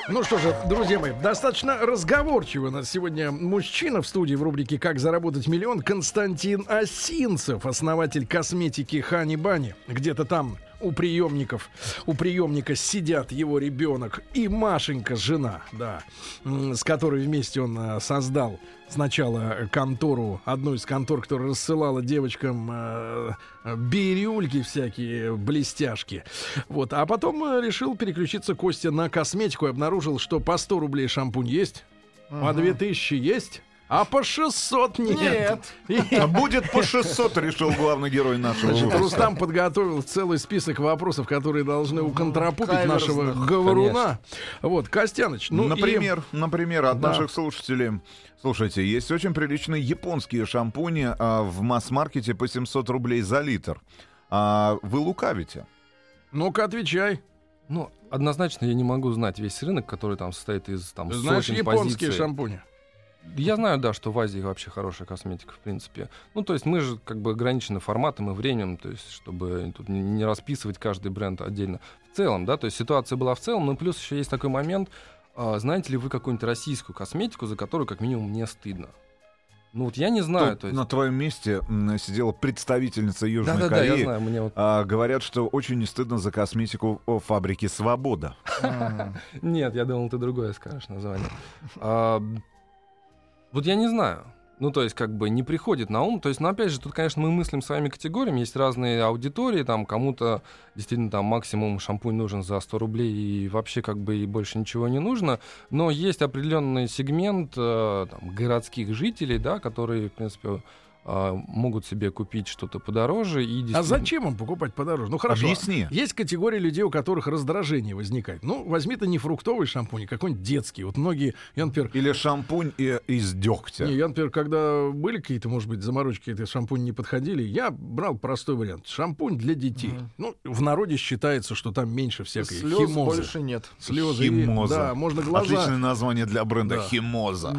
[SPEAKER 2] Ну что же, друзья мои, достаточно разговорчивый у нас сегодня мужчина в студии в рубрике «Как заработать миллион» Константин Осинцев, основатель косметики Хани Бани. Где-то там у приемников, у приемника сидят его ребенок и Машенька, жена, да, м, с которой вместе он э, создал сначала контору, одну из контор, которая рассылала девочкам э, бирюльки всякие, блестяшки. Вот. А потом э, решил переключиться Костя на косметику и обнаружил, что по 100 рублей шампунь есть, по 2000 есть, а по 600 нет. И-
[SPEAKER 3] А будет по 600, решил главный герой нашего
[SPEAKER 2] Значит,
[SPEAKER 3] выпуска.
[SPEAKER 2] Рустам подготовил целый список вопросов, которые должны уконтропупить
[SPEAKER 5] каверзных,
[SPEAKER 2] нашего говоруна. Вот, Костяныч, ну и-
[SPEAKER 3] например, например, от
[SPEAKER 2] Да.
[SPEAKER 3] наших слушателей. Слушайте, есть очень приличные японские шампуни а, в масс-маркете по 700 рублей за литр. А, вы лукавите.
[SPEAKER 2] ну-ка отвечай.
[SPEAKER 4] Ну, однозначно я не могу знать весь рынок, который там состоит из там
[SPEAKER 2] Знаешь,
[SPEAKER 4] сотен
[SPEAKER 2] японские
[SPEAKER 4] позиций.
[SPEAKER 2] шампуни. А
[SPEAKER 4] Я знаю, да, что в Азии вообще хорошая косметика, в принципе. Ну, то есть мы же как бы ограничены форматом и временем, то есть чтобы тут не- не расписывать каждый бренд отдельно. В целом, да, то есть ситуация была в целом, но плюс еще есть такой момент, а, знаете ли вы какую-нибудь российскую косметику, за которую как минимум мне стыдно? Ну вот я не знаю,
[SPEAKER 3] Тут
[SPEAKER 4] то есть...
[SPEAKER 3] На твоем месте м, сидела представительница Южной
[SPEAKER 4] Да-да-да, я
[SPEAKER 3] Кореи.
[SPEAKER 4] знаю, мне вот...
[SPEAKER 3] А, говорят, что очень не стыдно за косметику о, фабрики Свобода.
[SPEAKER 5] М.
[SPEAKER 4] Нет, я думал, ты другое скажешь название. А, вот я не знаю. Ну, то есть, как бы не приходит на ум. То есть, ну, опять же, тут, конечно, мы мыслим своими категориями. Есть разные аудитории, там, кому-то действительно там максимум шампунь нужен за 100 рублей, и вообще как бы и больше ничего не нужно. Но есть определенный сегмент э, там, городских жителей, да, которые, в принципе, э, могут себе купить что-то подороже. И
[SPEAKER 2] А
[SPEAKER 4] действительно-
[SPEAKER 2] зачем им покупать подороже? Ну хорошо.
[SPEAKER 3] Объясни.
[SPEAKER 2] Есть категория людей, у которых раздражение возникает. Ну, возьми ты не фруктовый шампунь, а какой-нибудь детский. Вот многие, я, например,
[SPEAKER 3] Или шампунь э, из дегтя.
[SPEAKER 2] не, я, например, когда были какие-то, может быть, заморочки, эти шампуни не подходили, я брал простой вариант. Шампунь для детей. Ну, в народе считается, что там меньше всякой
[SPEAKER 5] Слез
[SPEAKER 2] химозы.
[SPEAKER 5] больше нет.
[SPEAKER 2] Слезы. и-
[SPEAKER 3] Химоза.
[SPEAKER 2] Да, можно глаза...
[SPEAKER 3] Отличное название для бренда
[SPEAKER 2] Да.
[SPEAKER 3] Химоза.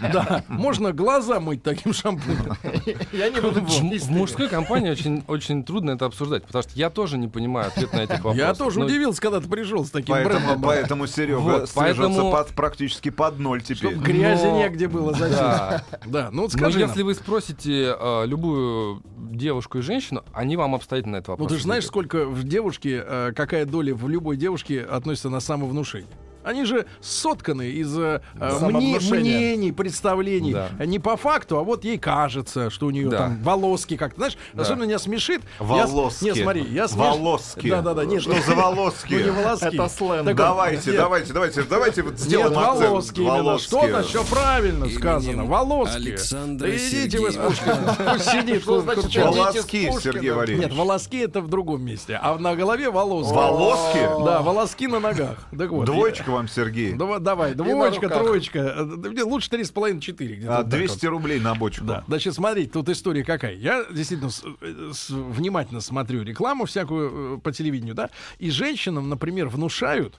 [SPEAKER 2] Да, можно глаза мыть таким шампунем.
[SPEAKER 5] Я не
[SPEAKER 4] В,
[SPEAKER 5] буду
[SPEAKER 4] м- в
[SPEAKER 5] чистыми.
[SPEAKER 4] мужской компании очень, очень трудно это обсуждать, потому что я тоже не понимаю ответ на этих вопросов.
[SPEAKER 2] Я тоже
[SPEAKER 4] Ну,
[SPEAKER 2] удивился, когда ты пришел с таким
[SPEAKER 3] Поэтому,
[SPEAKER 2] брендом.
[SPEAKER 3] поэтому Серега
[SPEAKER 4] Вот,
[SPEAKER 3] стрижется
[SPEAKER 4] поэтому-
[SPEAKER 3] под, практически под ноль теперь.
[SPEAKER 2] Чтоб грязи
[SPEAKER 4] Но-
[SPEAKER 2] негде было засесть.
[SPEAKER 4] Да.
[SPEAKER 2] Да, ну вот
[SPEAKER 4] Но
[SPEAKER 2] скажи нам.
[SPEAKER 4] если вы спросите э, любую девушку и женщину, они вам обстоятельно этот вопрос.
[SPEAKER 2] Ну ты же знаешь,
[SPEAKER 4] ответят.
[SPEAKER 2] сколько в девушке, э, какая доля в любой девушке относится на самовнушение. Они же сотканы из э, э, мне-
[SPEAKER 5] Самовнушения.
[SPEAKER 2] мнений, представлений.
[SPEAKER 4] Да.
[SPEAKER 2] Не по факту, а вот ей кажется, что у нее
[SPEAKER 4] Да.
[SPEAKER 2] там волоски как-то. Знаешь,
[SPEAKER 4] Да.
[SPEAKER 2] особенно меня смешит.
[SPEAKER 3] Волоски.
[SPEAKER 2] Я, с- нет, смотри, я смеш-
[SPEAKER 3] Волоски.
[SPEAKER 2] Да-да-да, нет.
[SPEAKER 3] Что за
[SPEAKER 2] Ну, не
[SPEAKER 3] волоски?
[SPEAKER 2] волоски.
[SPEAKER 5] Это сленг.
[SPEAKER 2] Так вот,
[SPEAKER 3] Давайте,
[SPEAKER 2] нет,
[SPEAKER 3] давайте, давайте, давайте вот сделаем
[SPEAKER 2] нет,
[SPEAKER 3] акцент.
[SPEAKER 2] волоски, именно. Что на что правильно
[SPEAKER 1] Именем
[SPEAKER 2] сказано? Волоски.
[SPEAKER 1] Александра
[SPEAKER 2] да идите вы с
[SPEAKER 1] Сергеевича.
[SPEAKER 2] Пушкиным. Пусть сидит.
[SPEAKER 5] Что значит
[SPEAKER 2] Курчатов.
[SPEAKER 5] идите с
[SPEAKER 3] Волоски,
[SPEAKER 5] Пушкиным?
[SPEAKER 3] Сергей
[SPEAKER 2] Нет,
[SPEAKER 3] Валерьевич.
[SPEAKER 2] волоски это в другом месте, а на голове волоски.
[SPEAKER 3] Волоски?
[SPEAKER 2] Да, волоски на ногах. Так вот.
[SPEAKER 3] Двоечка вам, Сергей. А,
[SPEAKER 2] Давай, давай,
[SPEAKER 5] на
[SPEAKER 2] двоечка,
[SPEAKER 5] руках.
[SPEAKER 2] троечка. Э, да, блин, Лучше три с половиной, четыре. где-то
[SPEAKER 3] А,
[SPEAKER 2] вот так
[SPEAKER 3] 200
[SPEAKER 2] вот.
[SPEAKER 3] рублей на бочку.
[SPEAKER 2] Да. Значит, смотрите, тут история какая. Я действительно с- э, с- внимательно смотрю рекламу всякую э, по телевидению, да, и женщинам, например, внушают,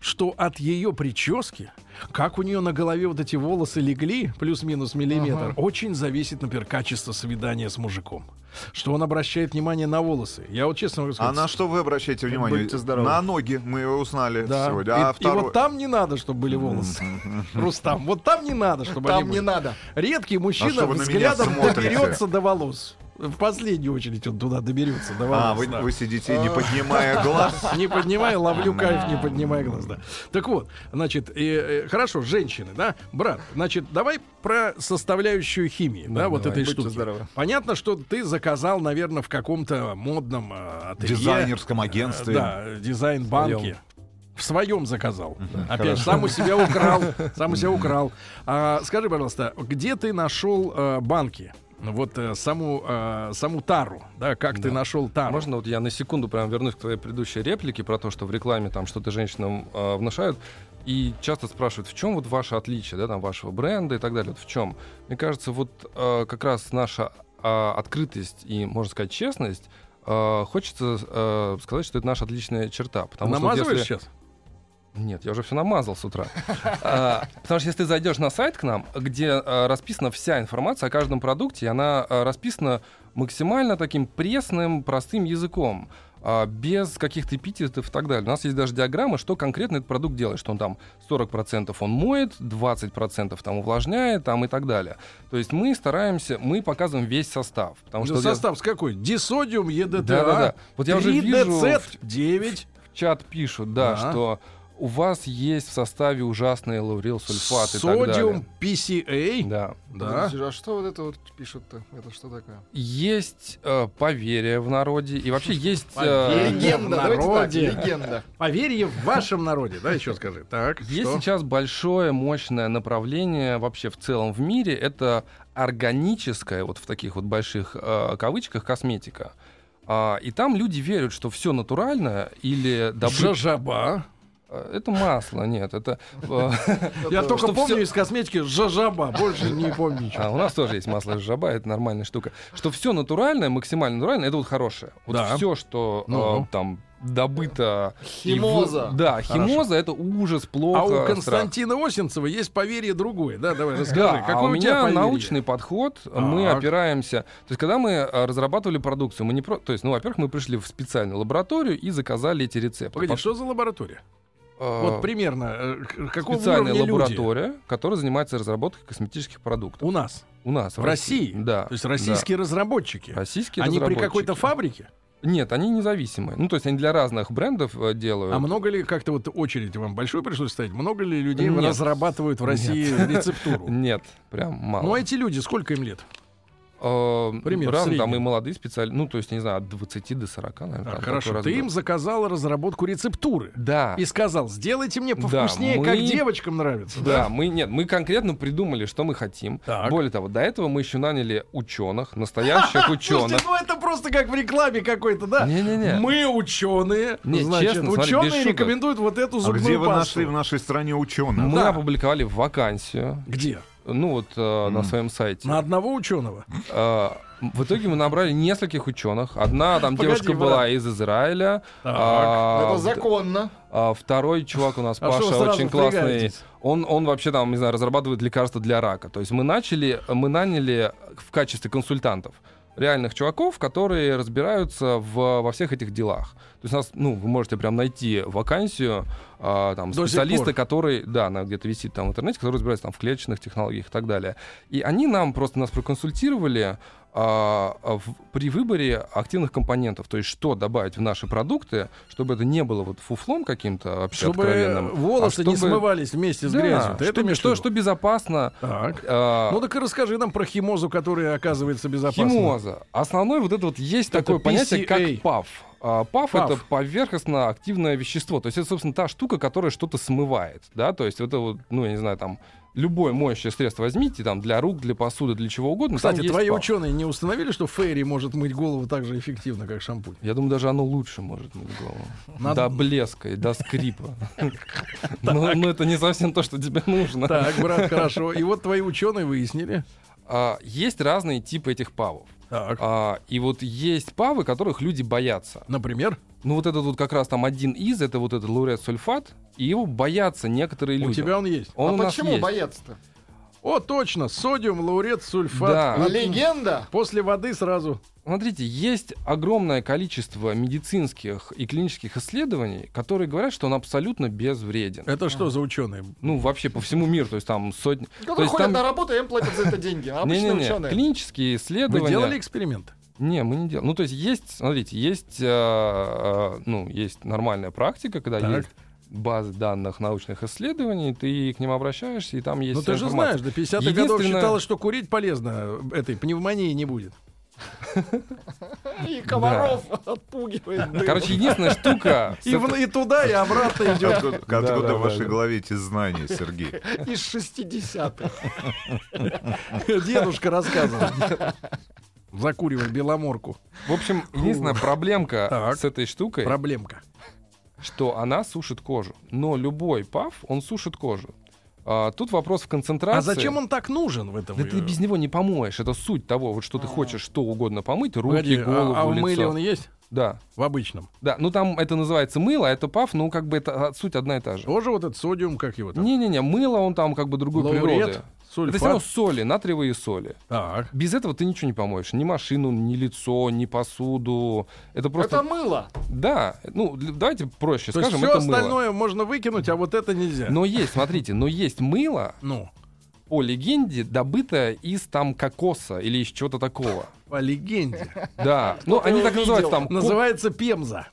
[SPEAKER 2] что от ее прически, как у нее на голове вот эти волосы легли, плюс-минус миллиметр, очень зависит, например, качество свидания с мужиком. Что он обращает внимание на волосы. Я вот честно могу
[SPEAKER 3] А
[SPEAKER 2] сказать.
[SPEAKER 3] на что вы обращаете внимание?
[SPEAKER 5] Будьте здоровы.
[SPEAKER 3] На ноги мы узнали
[SPEAKER 2] Да.
[SPEAKER 3] сегодня.
[SPEAKER 2] и,
[SPEAKER 3] А
[SPEAKER 2] и
[SPEAKER 3] второй-
[SPEAKER 2] вот там не надо, чтобы были волосы. Рустам, вот там не надо, чтобы они
[SPEAKER 5] Там
[SPEAKER 2] были.
[SPEAKER 5] не надо.
[SPEAKER 2] Редкий мужчина
[SPEAKER 3] что вы на меня
[SPEAKER 2] взглядом
[SPEAKER 3] смотрите?
[SPEAKER 2] доберется до волос. в последнюю очередь он туда доберется. до
[SPEAKER 3] А,
[SPEAKER 2] волос,
[SPEAKER 3] вы,
[SPEAKER 2] да.
[SPEAKER 3] вы сидите, не поднимая глаз.
[SPEAKER 2] Не поднимай, ловлю кайф, не поднимай глаз, да. Так вот, значит, э, э, хорошо, женщины, да, брат, значит, давай про составляющую химии, да,
[SPEAKER 3] Ну,
[SPEAKER 4] Да,
[SPEAKER 2] вот
[SPEAKER 4] давай,
[SPEAKER 2] этой
[SPEAKER 5] будьте
[SPEAKER 2] штуки.
[SPEAKER 5] здоровы.
[SPEAKER 2] Понятно, что ты заказал, наверное, в каком-то модном э,
[SPEAKER 3] В
[SPEAKER 2] ателье.
[SPEAKER 3] дизайнерском
[SPEAKER 2] э,
[SPEAKER 3] агентстве.
[SPEAKER 2] Да, дизайн-банке.
[SPEAKER 4] Своём.
[SPEAKER 2] В своем заказал. Опять
[SPEAKER 3] хорошо.
[SPEAKER 2] же, сам у себя украл. Сам у себя украл. А, скажи, пожалуйста, где ты нашел э, банки? Вот э, саму, э, саму тару, да, как ты
[SPEAKER 4] Да.
[SPEAKER 2] нашел тару?
[SPEAKER 4] Можно вот я на секунду прям вернусь к твоей предыдущей реплике про то, что в рекламе там что-то женщинам э, внушают. И часто спрашивают, в чем вот ваше отличие, да, там, вашего бренда и так далее, вот в чем. Мне кажется, вот э, как раз наша э, открытость и, можно сказать, честность, э, хочется э, сказать, что это наша отличная черта.
[SPEAKER 2] Ты
[SPEAKER 4] Потому что вот
[SPEAKER 2] намазываешь
[SPEAKER 4] если-
[SPEAKER 2] сейчас?
[SPEAKER 4] Нет, я уже все намазал с утра. А, Потому что если ты зайдешь на сайт к нам, где а, расписана вся информация о каждом продукте, и она а, расписана максимально таким пресным, простым языком, а, без каких-то эпитетов и так далее. У нас есть даже диаграммы, что конкретно этот продукт делает, что он там 40% он моет, 20% там увлажняет там и так далее. То есть мы стараемся, мы показываем весь состав. Потому что
[SPEAKER 2] Ну, состав а? с какой? Дисодиум, ЕДТА,
[SPEAKER 4] Да-да-да. Вот я уже вижу
[SPEAKER 2] 9
[SPEAKER 4] в чат пишут, да,
[SPEAKER 2] Ага.
[SPEAKER 4] что у вас есть в составе ужасные лаурил, сульфат и так далее.
[SPEAKER 2] содиум, PCA.
[SPEAKER 4] Да.
[SPEAKER 2] Да.
[SPEAKER 5] Подожди, А что вот это вот пишут-то? Это что такое?
[SPEAKER 4] Есть э, поверие в народе, и вообще есть... э,
[SPEAKER 2] Поверье.
[SPEAKER 5] Легенда, давайте так,
[SPEAKER 2] народе.
[SPEAKER 5] легенда.
[SPEAKER 2] Поверье в вашем народе, да, еще скажи. Так,
[SPEAKER 4] Есть
[SPEAKER 2] что?
[SPEAKER 4] сейчас большое, мощное направление вообще в целом в мире. Это органическая, вот в таких вот больших э, кавычках, косметика. А, и там люди верят, что все натурально или добыть...
[SPEAKER 2] Жажаба.
[SPEAKER 4] Э, Это масло, нет, это... э,
[SPEAKER 2] Я
[SPEAKER 5] Это-
[SPEAKER 2] только
[SPEAKER 4] Чтоб
[SPEAKER 2] помню
[SPEAKER 4] всё-
[SPEAKER 2] из косметики жажаба, больше не помню ничего.
[SPEAKER 4] А, у нас тоже есть масло жаба, это нормальная штука. Что все натуральное, максимально натуральное, это вот хорошее. Вот
[SPEAKER 2] Да.
[SPEAKER 4] все, что э,
[SPEAKER 2] Ну-ну.
[SPEAKER 4] там добыто. и в-
[SPEAKER 5] Химоза.
[SPEAKER 4] Да,
[SPEAKER 2] Хорошо.
[SPEAKER 4] химоза это ужас, плохо.
[SPEAKER 2] А у
[SPEAKER 4] страх.
[SPEAKER 2] Константина Осинцева есть поверье другое, да? Давай расскажи.
[SPEAKER 4] Да,
[SPEAKER 2] Какое
[SPEAKER 4] а у,
[SPEAKER 2] у тебя
[SPEAKER 4] меня
[SPEAKER 2] поверье?
[SPEAKER 4] научный подход. Мы
[SPEAKER 2] Так.
[SPEAKER 4] опираемся. То есть, когда мы э, разрабатывали продукцию, мы не про. То есть, ну, во-первых, мы пришли в специальную лабораторию и заказали эти рецепты.
[SPEAKER 2] Погоди,
[SPEAKER 4] Пот-
[SPEAKER 2] что за лаборатория?
[SPEAKER 4] э,
[SPEAKER 2] Вот примерно, э, к- какого
[SPEAKER 4] специальная
[SPEAKER 2] уровня люди?
[SPEAKER 4] лаборатория, которая занимается разработкой косметических продуктов.
[SPEAKER 2] У нас,
[SPEAKER 4] У нас
[SPEAKER 2] в России.
[SPEAKER 4] Да.
[SPEAKER 2] То есть
[SPEAKER 4] да.
[SPEAKER 2] российские разработчики.
[SPEAKER 4] Российские
[SPEAKER 2] Они при
[SPEAKER 4] разработчики.
[SPEAKER 2] какой-то фабрике?
[SPEAKER 4] Нет, они независимые. Ну, то есть они для разных брендов э, делают.
[SPEAKER 2] А много ли, как-то вот очередь вам большой пришлось стоять, много ли людей
[SPEAKER 4] Нет.
[SPEAKER 2] разрабатывают в России рецептуру?
[SPEAKER 4] Нет, прям мало.
[SPEAKER 2] Ну, а эти люди, сколько им лет?
[SPEAKER 4] Э,
[SPEAKER 2] пример, в
[SPEAKER 4] раз,
[SPEAKER 2] среднем.
[SPEAKER 4] там и молодые специалисты, ну, то есть, не знаю, от 20 до 40, наверное.
[SPEAKER 2] Так,
[SPEAKER 4] там
[SPEAKER 2] хорошо,
[SPEAKER 4] такой
[SPEAKER 2] ты им
[SPEAKER 4] разброс.
[SPEAKER 2] заказал разработку рецептуры
[SPEAKER 4] Да.
[SPEAKER 2] и сказал, сделайте мне
[SPEAKER 4] Да,
[SPEAKER 2] повкуснее,
[SPEAKER 4] мы-
[SPEAKER 2] как девочкам нравится.
[SPEAKER 4] Да, мы нет, мы конкретно придумали, что мы хотим.
[SPEAKER 2] Так.
[SPEAKER 4] Более того, до этого мы еще наняли ученых, настоящих
[SPEAKER 2] Слушайте,
[SPEAKER 4] ученых.
[SPEAKER 2] ну это просто как в рекламе какой-то, да?
[SPEAKER 4] Не-не-не.
[SPEAKER 2] Мы ученые,
[SPEAKER 4] Не,
[SPEAKER 2] значит,
[SPEAKER 4] честно, смотри, без
[SPEAKER 2] ученые
[SPEAKER 4] шуток.
[SPEAKER 2] рекомендуют вот эту
[SPEAKER 3] А
[SPEAKER 2] зубную
[SPEAKER 3] где вы
[SPEAKER 2] пасту.
[SPEAKER 3] нашли в нашей стране ученых?
[SPEAKER 4] Мы
[SPEAKER 2] Да.
[SPEAKER 4] опубликовали вакансию,
[SPEAKER 2] Где?
[SPEAKER 4] ну вот э, на своем сайте.
[SPEAKER 2] На одного ученого.
[SPEAKER 4] Э, в итоге мы набрали нескольких ученых. Одна там
[SPEAKER 2] Погоди,
[SPEAKER 4] девушка
[SPEAKER 2] брат.
[SPEAKER 4] была из Израиля.
[SPEAKER 2] Так,
[SPEAKER 4] а, в-
[SPEAKER 5] Это законно.
[SPEAKER 4] а, второй чувак у нас
[SPEAKER 2] А что вы
[SPEAKER 4] Паша
[SPEAKER 2] сразу
[SPEAKER 4] очень классный.
[SPEAKER 2] впрягаетесь?
[SPEAKER 4] Он, он вообще там, не знаю, разрабатывает лекарства для рака. То есть мы начали, мы наняли в качестве консультантов реальных чуваков, которые разбираются в, во всех этих делах. То есть у нас, ну, вы можете прям найти вакансию а, там
[SPEAKER 2] До сих
[SPEAKER 4] специалиста,
[SPEAKER 2] пор.
[SPEAKER 4] который, да, она где-то висит там в интернете, который разбирается там в клеточных технологиях и так далее. И они нам просто нас проконсультировали а, а, в- при выборе активных компонентов, то есть что добавить в наши продукты, чтобы это не было вот фуфлом каким-то вообще
[SPEAKER 2] Чтобы
[SPEAKER 4] откровенным, а
[SPEAKER 2] волосы не
[SPEAKER 4] чтобы-
[SPEAKER 2] смывались вместе с
[SPEAKER 4] Да,
[SPEAKER 2] грязью. Ты
[SPEAKER 4] что,
[SPEAKER 2] это имеешь в
[SPEAKER 4] что,
[SPEAKER 2] виду?
[SPEAKER 4] что безопасно.
[SPEAKER 2] Так.
[SPEAKER 4] а,
[SPEAKER 2] Ну так и расскажи нам про химозу, которая оказывается безопасной.
[SPEAKER 4] химоза. Основной вот это вот есть
[SPEAKER 2] Это
[SPEAKER 4] такое понятие,
[SPEAKER 2] PCA.
[SPEAKER 4] как ПАВ. А, ПАВ,
[SPEAKER 2] PAV.
[SPEAKER 4] это поверхностно активное вещество. То есть это, собственно, та штука, которая что-то смывает. Да? То есть это вот, ну, я не знаю, там, любое моющее средство возьмите, там, для рук, для посуды, для чего угодно. там
[SPEAKER 2] Кстати,
[SPEAKER 4] есть
[SPEAKER 2] твои
[SPEAKER 4] PAV.
[SPEAKER 2] ученые не установили, что Фейри может мыть голову так же эффективно, как шампунь?
[SPEAKER 4] Я думаю, даже оно лучше может мыть голову.
[SPEAKER 2] Надо-
[SPEAKER 4] До блеска и до скрипа. Но но это не совсем то, что тебе нужно.
[SPEAKER 2] Так, брат, хорошо. И вот твои ученые выяснили.
[SPEAKER 4] А, Есть разные типы этих павов.
[SPEAKER 2] Так.
[SPEAKER 4] А, И вот есть павы, которых люди боятся.
[SPEAKER 2] Например,
[SPEAKER 4] Ну вот этот вот как раз там один из, это вот этот лауреат сульфат, и его боятся некоторые люди.
[SPEAKER 2] у тебя он есть.
[SPEAKER 4] Он у
[SPEAKER 5] а
[SPEAKER 4] нас
[SPEAKER 5] почему
[SPEAKER 4] есть.
[SPEAKER 5] боец-то?
[SPEAKER 2] О, точно, содиум, лаурет, сульфат.
[SPEAKER 4] Да. А-
[SPEAKER 5] Легенда?
[SPEAKER 2] После воды сразу.
[SPEAKER 4] Смотрите, есть огромное количество медицинских и клинических исследований, которые говорят, что он абсолютно
[SPEAKER 5] Э,
[SPEAKER 4] безвреден.
[SPEAKER 2] Это что за ученые?
[SPEAKER 4] Ну, вообще по всему миру, то есть там сотни... То
[SPEAKER 5] Которые
[SPEAKER 4] есть
[SPEAKER 5] ходят
[SPEAKER 4] там-
[SPEAKER 5] на работу, и им платят за это деньги. а Обычные
[SPEAKER 4] Не-не-не,
[SPEAKER 5] ученые.
[SPEAKER 4] клинические
[SPEAKER 2] Вы
[SPEAKER 4] исследования...
[SPEAKER 2] делали эксперимент?
[SPEAKER 4] Не, мы не делаем. Ну, то есть есть, смотрите, есть, э, э, ну, есть нормальная практика, когда
[SPEAKER 2] Так.
[SPEAKER 4] есть базы данных научных исследований, ты к ним обращаешься, и там есть
[SPEAKER 2] Ну
[SPEAKER 4] вся
[SPEAKER 2] ты же
[SPEAKER 4] информация.
[SPEAKER 2] знаешь, до 50-х годов
[SPEAKER 4] Единственное-
[SPEAKER 2] считалось, что курить полезно, этой пневмонии не будет.
[SPEAKER 5] И комаров отпугивает. дым.
[SPEAKER 4] Короче, единственная штука... с
[SPEAKER 2] И, в-
[SPEAKER 4] этой-
[SPEAKER 2] и туда, и обратно идет.
[SPEAKER 3] Откуда,
[SPEAKER 4] Да,
[SPEAKER 3] откуда
[SPEAKER 4] да,
[SPEAKER 3] в вашей
[SPEAKER 4] да, да.
[SPEAKER 3] голове эти знания, Сергей?
[SPEAKER 5] Из 60-х.
[SPEAKER 2] Дедушка рассказывал. Закуривай беломорку.
[SPEAKER 4] В общем, единственная проблемка
[SPEAKER 2] Так.
[SPEAKER 4] с этой штукой,
[SPEAKER 2] Проблемка.
[SPEAKER 4] что она сушит кожу. Но любой паф, он сушит кожу. А, тут вопрос в концентрации.
[SPEAKER 2] А зачем он так нужен в этом? э,
[SPEAKER 4] Да ты без него не помоешь. Это суть того, вот что ты хочешь что угодно помыть, руки,
[SPEAKER 2] А. Погоди, а-
[SPEAKER 4] голову,
[SPEAKER 2] а в мыле
[SPEAKER 4] лицо.
[SPEAKER 2] он есть?
[SPEAKER 4] Да,
[SPEAKER 2] В обычном.
[SPEAKER 4] да. Ну там это называется мыло, а это паф, ну как бы это а, суть одна и та же.
[SPEAKER 2] Тоже вот этот содиум, как его там?
[SPEAKER 4] Не-не-не, мыло он там как бы другой природы.
[SPEAKER 2] Лаурет,
[SPEAKER 4] Это все равно
[SPEAKER 2] сульфат.
[SPEAKER 4] соли, натриевые соли.
[SPEAKER 2] Так.
[SPEAKER 4] Без этого ты ничего не помоешь. Ни машину, ни лицо, ни посуду. Это просто...
[SPEAKER 5] Это мыло.
[SPEAKER 4] Да, ну для- давайте проще
[SPEAKER 2] А То есть
[SPEAKER 4] скажем,
[SPEAKER 2] все
[SPEAKER 4] это мыло. Ну.
[SPEAKER 2] остальное можно выкинуть, а вот это нельзя.
[SPEAKER 4] Но есть, смотрите, но есть мыло,
[SPEAKER 2] Ну,
[SPEAKER 4] по легенде, добытое из там кокоса или из чего-то такого.
[SPEAKER 2] по легенде.
[SPEAKER 4] Да, ну они
[SPEAKER 5] его
[SPEAKER 4] так называются там ко-
[SPEAKER 2] Называется пемза.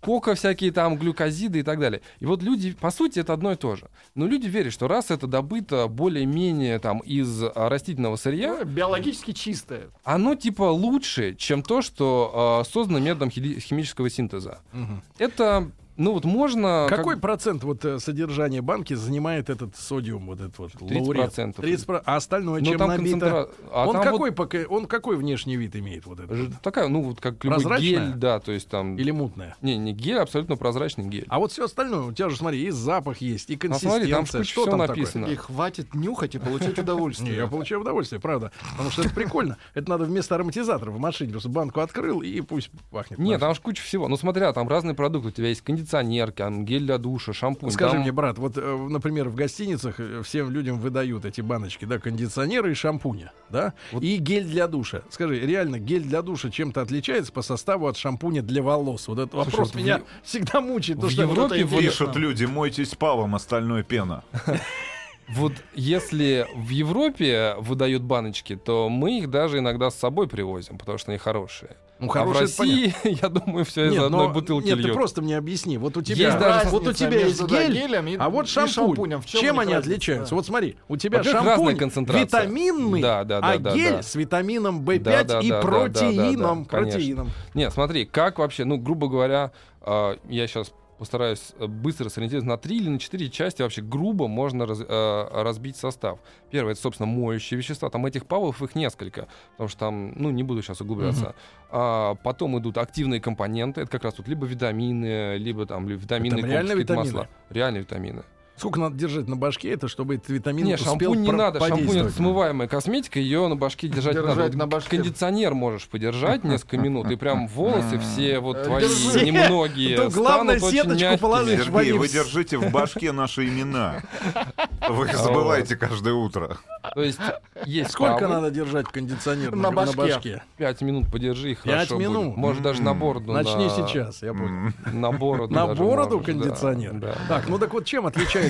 [SPEAKER 4] кока всякие там глюкозиды и так далее. И вот люди, по сути, это одно и то же. Но люди верят, что раз это добыто более-менее там из а, растительного сырья,
[SPEAKER 5] Ну, Биологически чистое.
[SPEAKER 4] оно типа лучше, чем то, что а, создано методом хили- химического синтеза.
[SPEAKER 2] Мгм.
[SPEAKER 4] Это, ну вот можно... как- ну,
[SPEAKER 2] Какой процент вот э, содержания банки занимает этот содиум, вот этот вот
[SPEAKER 4] 30%.
[SPEAKER 2] 30 А остальное
[SPEAKER 4] Но
[SPEAKER 2] чем
[SPEAKER 4] Ну, там
[SPEAKER 2] набито?
[SPEAKER 4] концентра- а
[SPEAKER 2] он,
[SPEAKER 4] там вот
[SPEAKER 2] какой, пока- он какой внешний вид имеет вот этот?
[SPEAKER 4] ж- Такая, ну вот как любой
[SPEAKER 2] Прозрачная?
[SPEAKER 4] гель, да, то есть там...
[SPEAKER 2] Или мутное?
[SPEAKER 4] Не, не гель, абсолютно прозрачный гель.
[SPEAKER 2] А вот все остальное, у тебя же, смотри, и запах есть, и
[SPEAKER 4] А смотри,
[SPEAKER 2] консистенция.
[SPEAKER 4] там же куча
[SPEAKER 2] что
[SPEAKER 4] всего
[SPEAKER 2] там
[SPEAKER 4] написано.
[SPEAKER 5] И хватит нюхать и получать удовольствие.
[SPEAKER 2] такое? Не, я получаю удовольствие, правда. Потому что это прикольно. Это надо вместо ароматизатора в машине. Просто банку открыл и пусть пахнет.
[SPEAKER 4] Нет, там же куча всего. Ну, смотря, там разные продукты. У тебя есть кондиционер, там гель для душа, шампунь.
[SPEAKER 2] Скажи
[SPEAKER 4] там-
[SPEAKER 2] мне, брат, вот, э, в- например, в гостиницах э, всем людям выдают эти баночки, да, кондиционеры и шампуня, да,
[SPEAKER 4] Вот-
[SPEAKER 2] и гель для душа. Скажи, реально, гель для душа чем-то отличается по составу от шампуня для волос? Вот этот
[SPEAKER 4] Слушай,
[SPEAKER 2] вопрос
[SPEAKER 4] вот в
[SPEAKER 2] меня
[SPEAKER 4] Е-
[SPEAKER 2] всегда мучает. потому
[SPEAKER 4] в
[SPEAKER 2] что
[SPEAKER 4] Европе
[SPEAKER 2] вот это
[SPEAKER 4] вот-
[SPEAKER 2] интересно.
[SPEAKER 3] Пишут люди, мойтесь павом, остальное пена.
[SPEAKER 4] Вот если в Европе выдают баночки, то мы их даже иногда с собой привозим, потому что они хорошие.
[SPEAKER 2] Ну,
[SPEAKER 4] а в
[SPEAKER 2] хорошее, это понятно.
[SPEAKER 4] России, я думаю, все из
[SPEAKER 2] Нет,
[SPEAKER 4] одной
[SPEAKER 2] но-
[SPEAKER 4] бутылки
[SPEAKER 2] нет, ты
[SPEAKER 4] льют.
[SPEAKER 2] просто мне объясни. Вот у тебя,
[SPEAKER 4] Есть даже
[SPEAKER 2] вот у
[SPEAKER 5] разница
[SPEAKER 2] тебя есть
[SPEAKER 5] между, да,
[SPEAKER 2] гель,
[SPEAKER 5] гелем и-
[SPEAKER 2] а вот
[SPEAKER 5] и
[SPEAKER 2] шампунь.
[SPEAKER 5] шампунем. В чем
[SPEAKER 2] Чем,
[SPEAKER 5] у них
[SPEAKER 2] они
[SPEAKER 5] разница?
[SPEAKER 2] отличаются?
[SPEAKER 5] Да.
[SPEAKER 2] Вот смотри, у тебя
[SPEAKER 4] Во-первых,
[SPEAKER 2] шампунь
[SPEAKER 4] разная концентрация.
[SPEAKER 2] витаминный,
[SPEAKER 4] Да, да, да,
[SPEAKER 2] а
[SPEAKER 4] да,
[SPEAKER 2] гель
[SPEAKER 4] да.
[SPEAKER 2] с витамином B5
[SPEAKER 4] Да, да,
[SPEAKER 2] и
[SPEAKER 4] да, да, да, да, да,
[SPEAKER 2] протеином.
[SPEAKER 4] конечно.
[SPEAKER 2] протеином.
[SPEAKER 4] Нет, смотри, как вообще, ну, грубо говоря, э, я сейчас постараюсь э, быстро сориентироваться на три или на четыре части вообще грубо можно раз- э, разбить состав. Первое, это, собственно, моющие вещества. Там этих павов их несколько, потому что там, ну, не буду сейчас углубляться. А, потом идут активные компоненты. Это как раз тут либо витамины, либо там ли- витамины,
[SPEAKER 2] Там
[SPEAKER 4] и
[SPEAKER 2] реально
[SPEAKER 4] комплексы
[SPEAKER 2] витамины?
[SPEAKER 4] масла. Реальные витамины.
[SPEAKER 2] Сколько надо держать на башке, это чтобы этот витамин
[SPEAKER 4] Не,
[SPEAKER 2] успел
[SPEAKER 4] шампунь не
[SPEAKER 2] про-
[SPEAKER 4] надо. Шампунь это
[SPEAKER 2] подействовать?
[SPEAKER 4] смываемая косметика, ее на башке держать, не надо.
[SPEAKER 5] Держать
[SPEAKER 4] Вот
[SPEAKER 5] на
[SPEAKER 4] к-
[SPEAKER 5] башке.
[SPEAKER 4] Кондиционер можешь подержать несколько минут, и прям волосы все вот
[SPEAKER 5] Э,
[SPEAKER 4] твои
[SPEAKER 5] держи.
[SPEAKER 4] немногие
[SPEAKER 2] Тут главное
[SPEAKER 4] станут очень
[SPEAKER 2] сеточку
[SPEAKER 4] мягкими.
[SPEAKER 2] положи. Чтобы они
[SPEAKER 3] Сергей, вы
[SPEAKER 2] вс-
[SPEAKER 3] держите в башке наши имена. Вы их забываете каждое утро.
[SPEAKER 4] То есть есть
[SPEAKER 2] Сколько
[SPEAKER 4] павы,
[SPEAKER 2] надо держать кондиционер
[SPEAKER 5] На
[SPEAKER 2] на, на
[SPEAKER 5] башке.
[SPEAKER 2] башке?
[SPEAKER 4] Пять минут подержи, и
[SPEAKER 2] Пять
[SPEAKER 4] хорошо будет.
[SPEAKER 2] минут?
[SPEAKER 4] Может, даже на
[SPEAKER 3] М.
[SPEAKER 4] бороду.
[SPEAKER 2] Начни
[SPEAKER 4] на-
[SPEAKER 2] сейчас, я понял.
[SPEAKER 3] М.
[SPEAKER 4] На бороду
[SPEAKER 2] На
[SPEAKER 4] даже
[SPEAKER 2] бороду
[SPEAKER 4] можешь, да,
[SPEAKER 2] кондиционер.
[SPEAKER 4] да.
[SPEAKER 2] Так, ну так вот чем отличается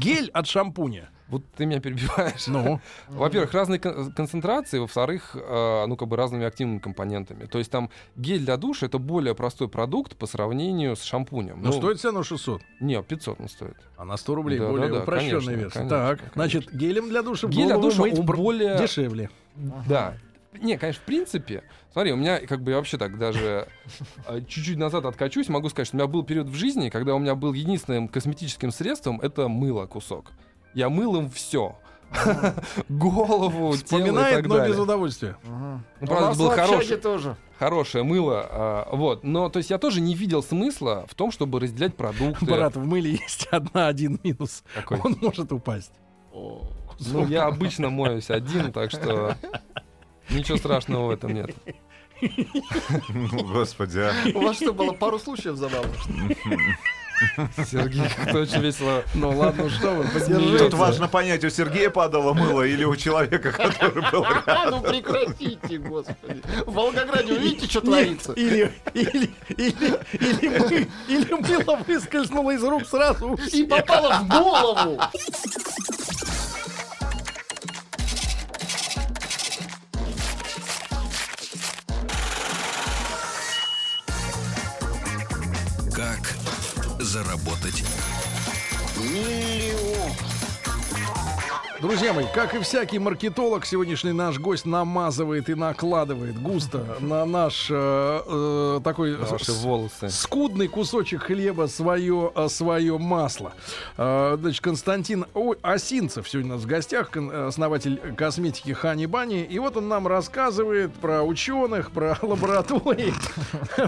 [SPEAKER 2] гель от шампуня?
[SPEAKER 4] Вот ты меня перебиваешь.
[SPEAKER 2] Ну,
[SPEAKER 4] Во-первых, разные кон- концентрации, во-вторых, э, ну как бы разными активными компонентами. То есть там гель для душа это более простой продукт по сравнению с шампунем.
[SPEAKER 2] ну стоит все на 600,
[SPEAKER 4] Не, 500 он стоит.
[SPEAKER 2] а на 100 рублей
[SPEAKER 4] Да,
[SPEAKER 2] более
[SPEAKER 4] да, да,
[SPEAKER 2] упрощенная
[SPEAKER 4] конечно,
[SPEAKER 2] версия.
[SPEAKER 4] конечно,
[SPEAKER 2] так,
[SPEAKER 4] конечно.
[SPEAKER 2] значит, гелем для душа
[SPEAKER 4] Гель для
[SPEAKER 2] голову
[SPEAKER 4] душа,
[SPEAKER 2] мыть
[SPEAKER 4] он
[SPEAKER 2] пр-
[SPEAKER 4] более-
[SPEAKER 2] дешевле.
[SPEAKER 4] Да. Не, конечно, в принципе, смотри, у меня, как бы я вообще так даже э, чуть-чуть назад откачусь, могу сказать, что у меня был период в жизни, когда у меня был единственным косметическим средством это мыло кусок. Я мыл им все. Голову, тело и
[SPEAKER 2] Вспоминает,
[SPEAKER 4] так
[SPEAKER 2] но без
[SPEAKER 4] далее.
[SPEAKER 2] удовольствия.
[SPEAKER 5] Мгм.
[SPEAKER 4] Ну,
[SPEAKER 5] А У
[SPEAKER 4] правда,
[SPEAKER 5] нас
[SPEAKER 4] был
[SPEAKER 5] в общаге
[SPEAKER 4] хороший.
[SPEAKER 5] тоже.
[SPEAKER 4] Хорошее мыло, а, вот. Но, то есть, я тоже не видел смысла в том, чтобы разделять продукты.
[SPEAKER 2] Брат, в мыле есть одна один минус.
[SPEAKER 4] Какой?
[SPEAKER 2] Он может упасть.
[SPEAKER 4] Ну, я обычно моюсь один, так что ничего страшного в этом нет.
[SPEAKER 3] Ну, Господи, а.
[SPEAKER 5] У вас что, было пару случаев забавных? что ли?
[SPEAKER 4] Сергей, как-то очень весело
[SPEAKER 2] Ну ладно, что вы,
[SPEAKER 4] Жесть.
[SPEAKER 3] Тут
[SPEAKER 2] поддержите.
[SPEAKER 3] важно понять, у Сергея падало мыло или у человека, который был рядом.
[SPEAKER 5] А, ну прекратите, господи. В Волгограде вы видите, что
[SPEAKER 2] Нет,
[SPEAKER 5] творится?
[SPEAKER 2] или, или, или, или, мы- или мыло выскользнуло из рук сразу. у
[SPEAKER 5] И
[SPEAKER 2] всех.
[SPEAKER 5] попало в голову.
[SPEAKER 1] заработать.
[SPEAKER 2] Друзья мои, как и всякий маркетолог, сегодняшний наш гость намазывает и накладывает густо на наш э, э, такой
[SPEAKER 4] на ваши
[SPEAKER 2] с-
[SPEAKER 4] волосы.
[SPEAKER 2] скудный кусочек хлеба свое, а, свое масло. А, Значит, Константин О- Осинцев сегодня у нас в гостях, кон- э, основатель косметики Хани Бани. И вот он нам рассказывает про ученых, про лаборатории.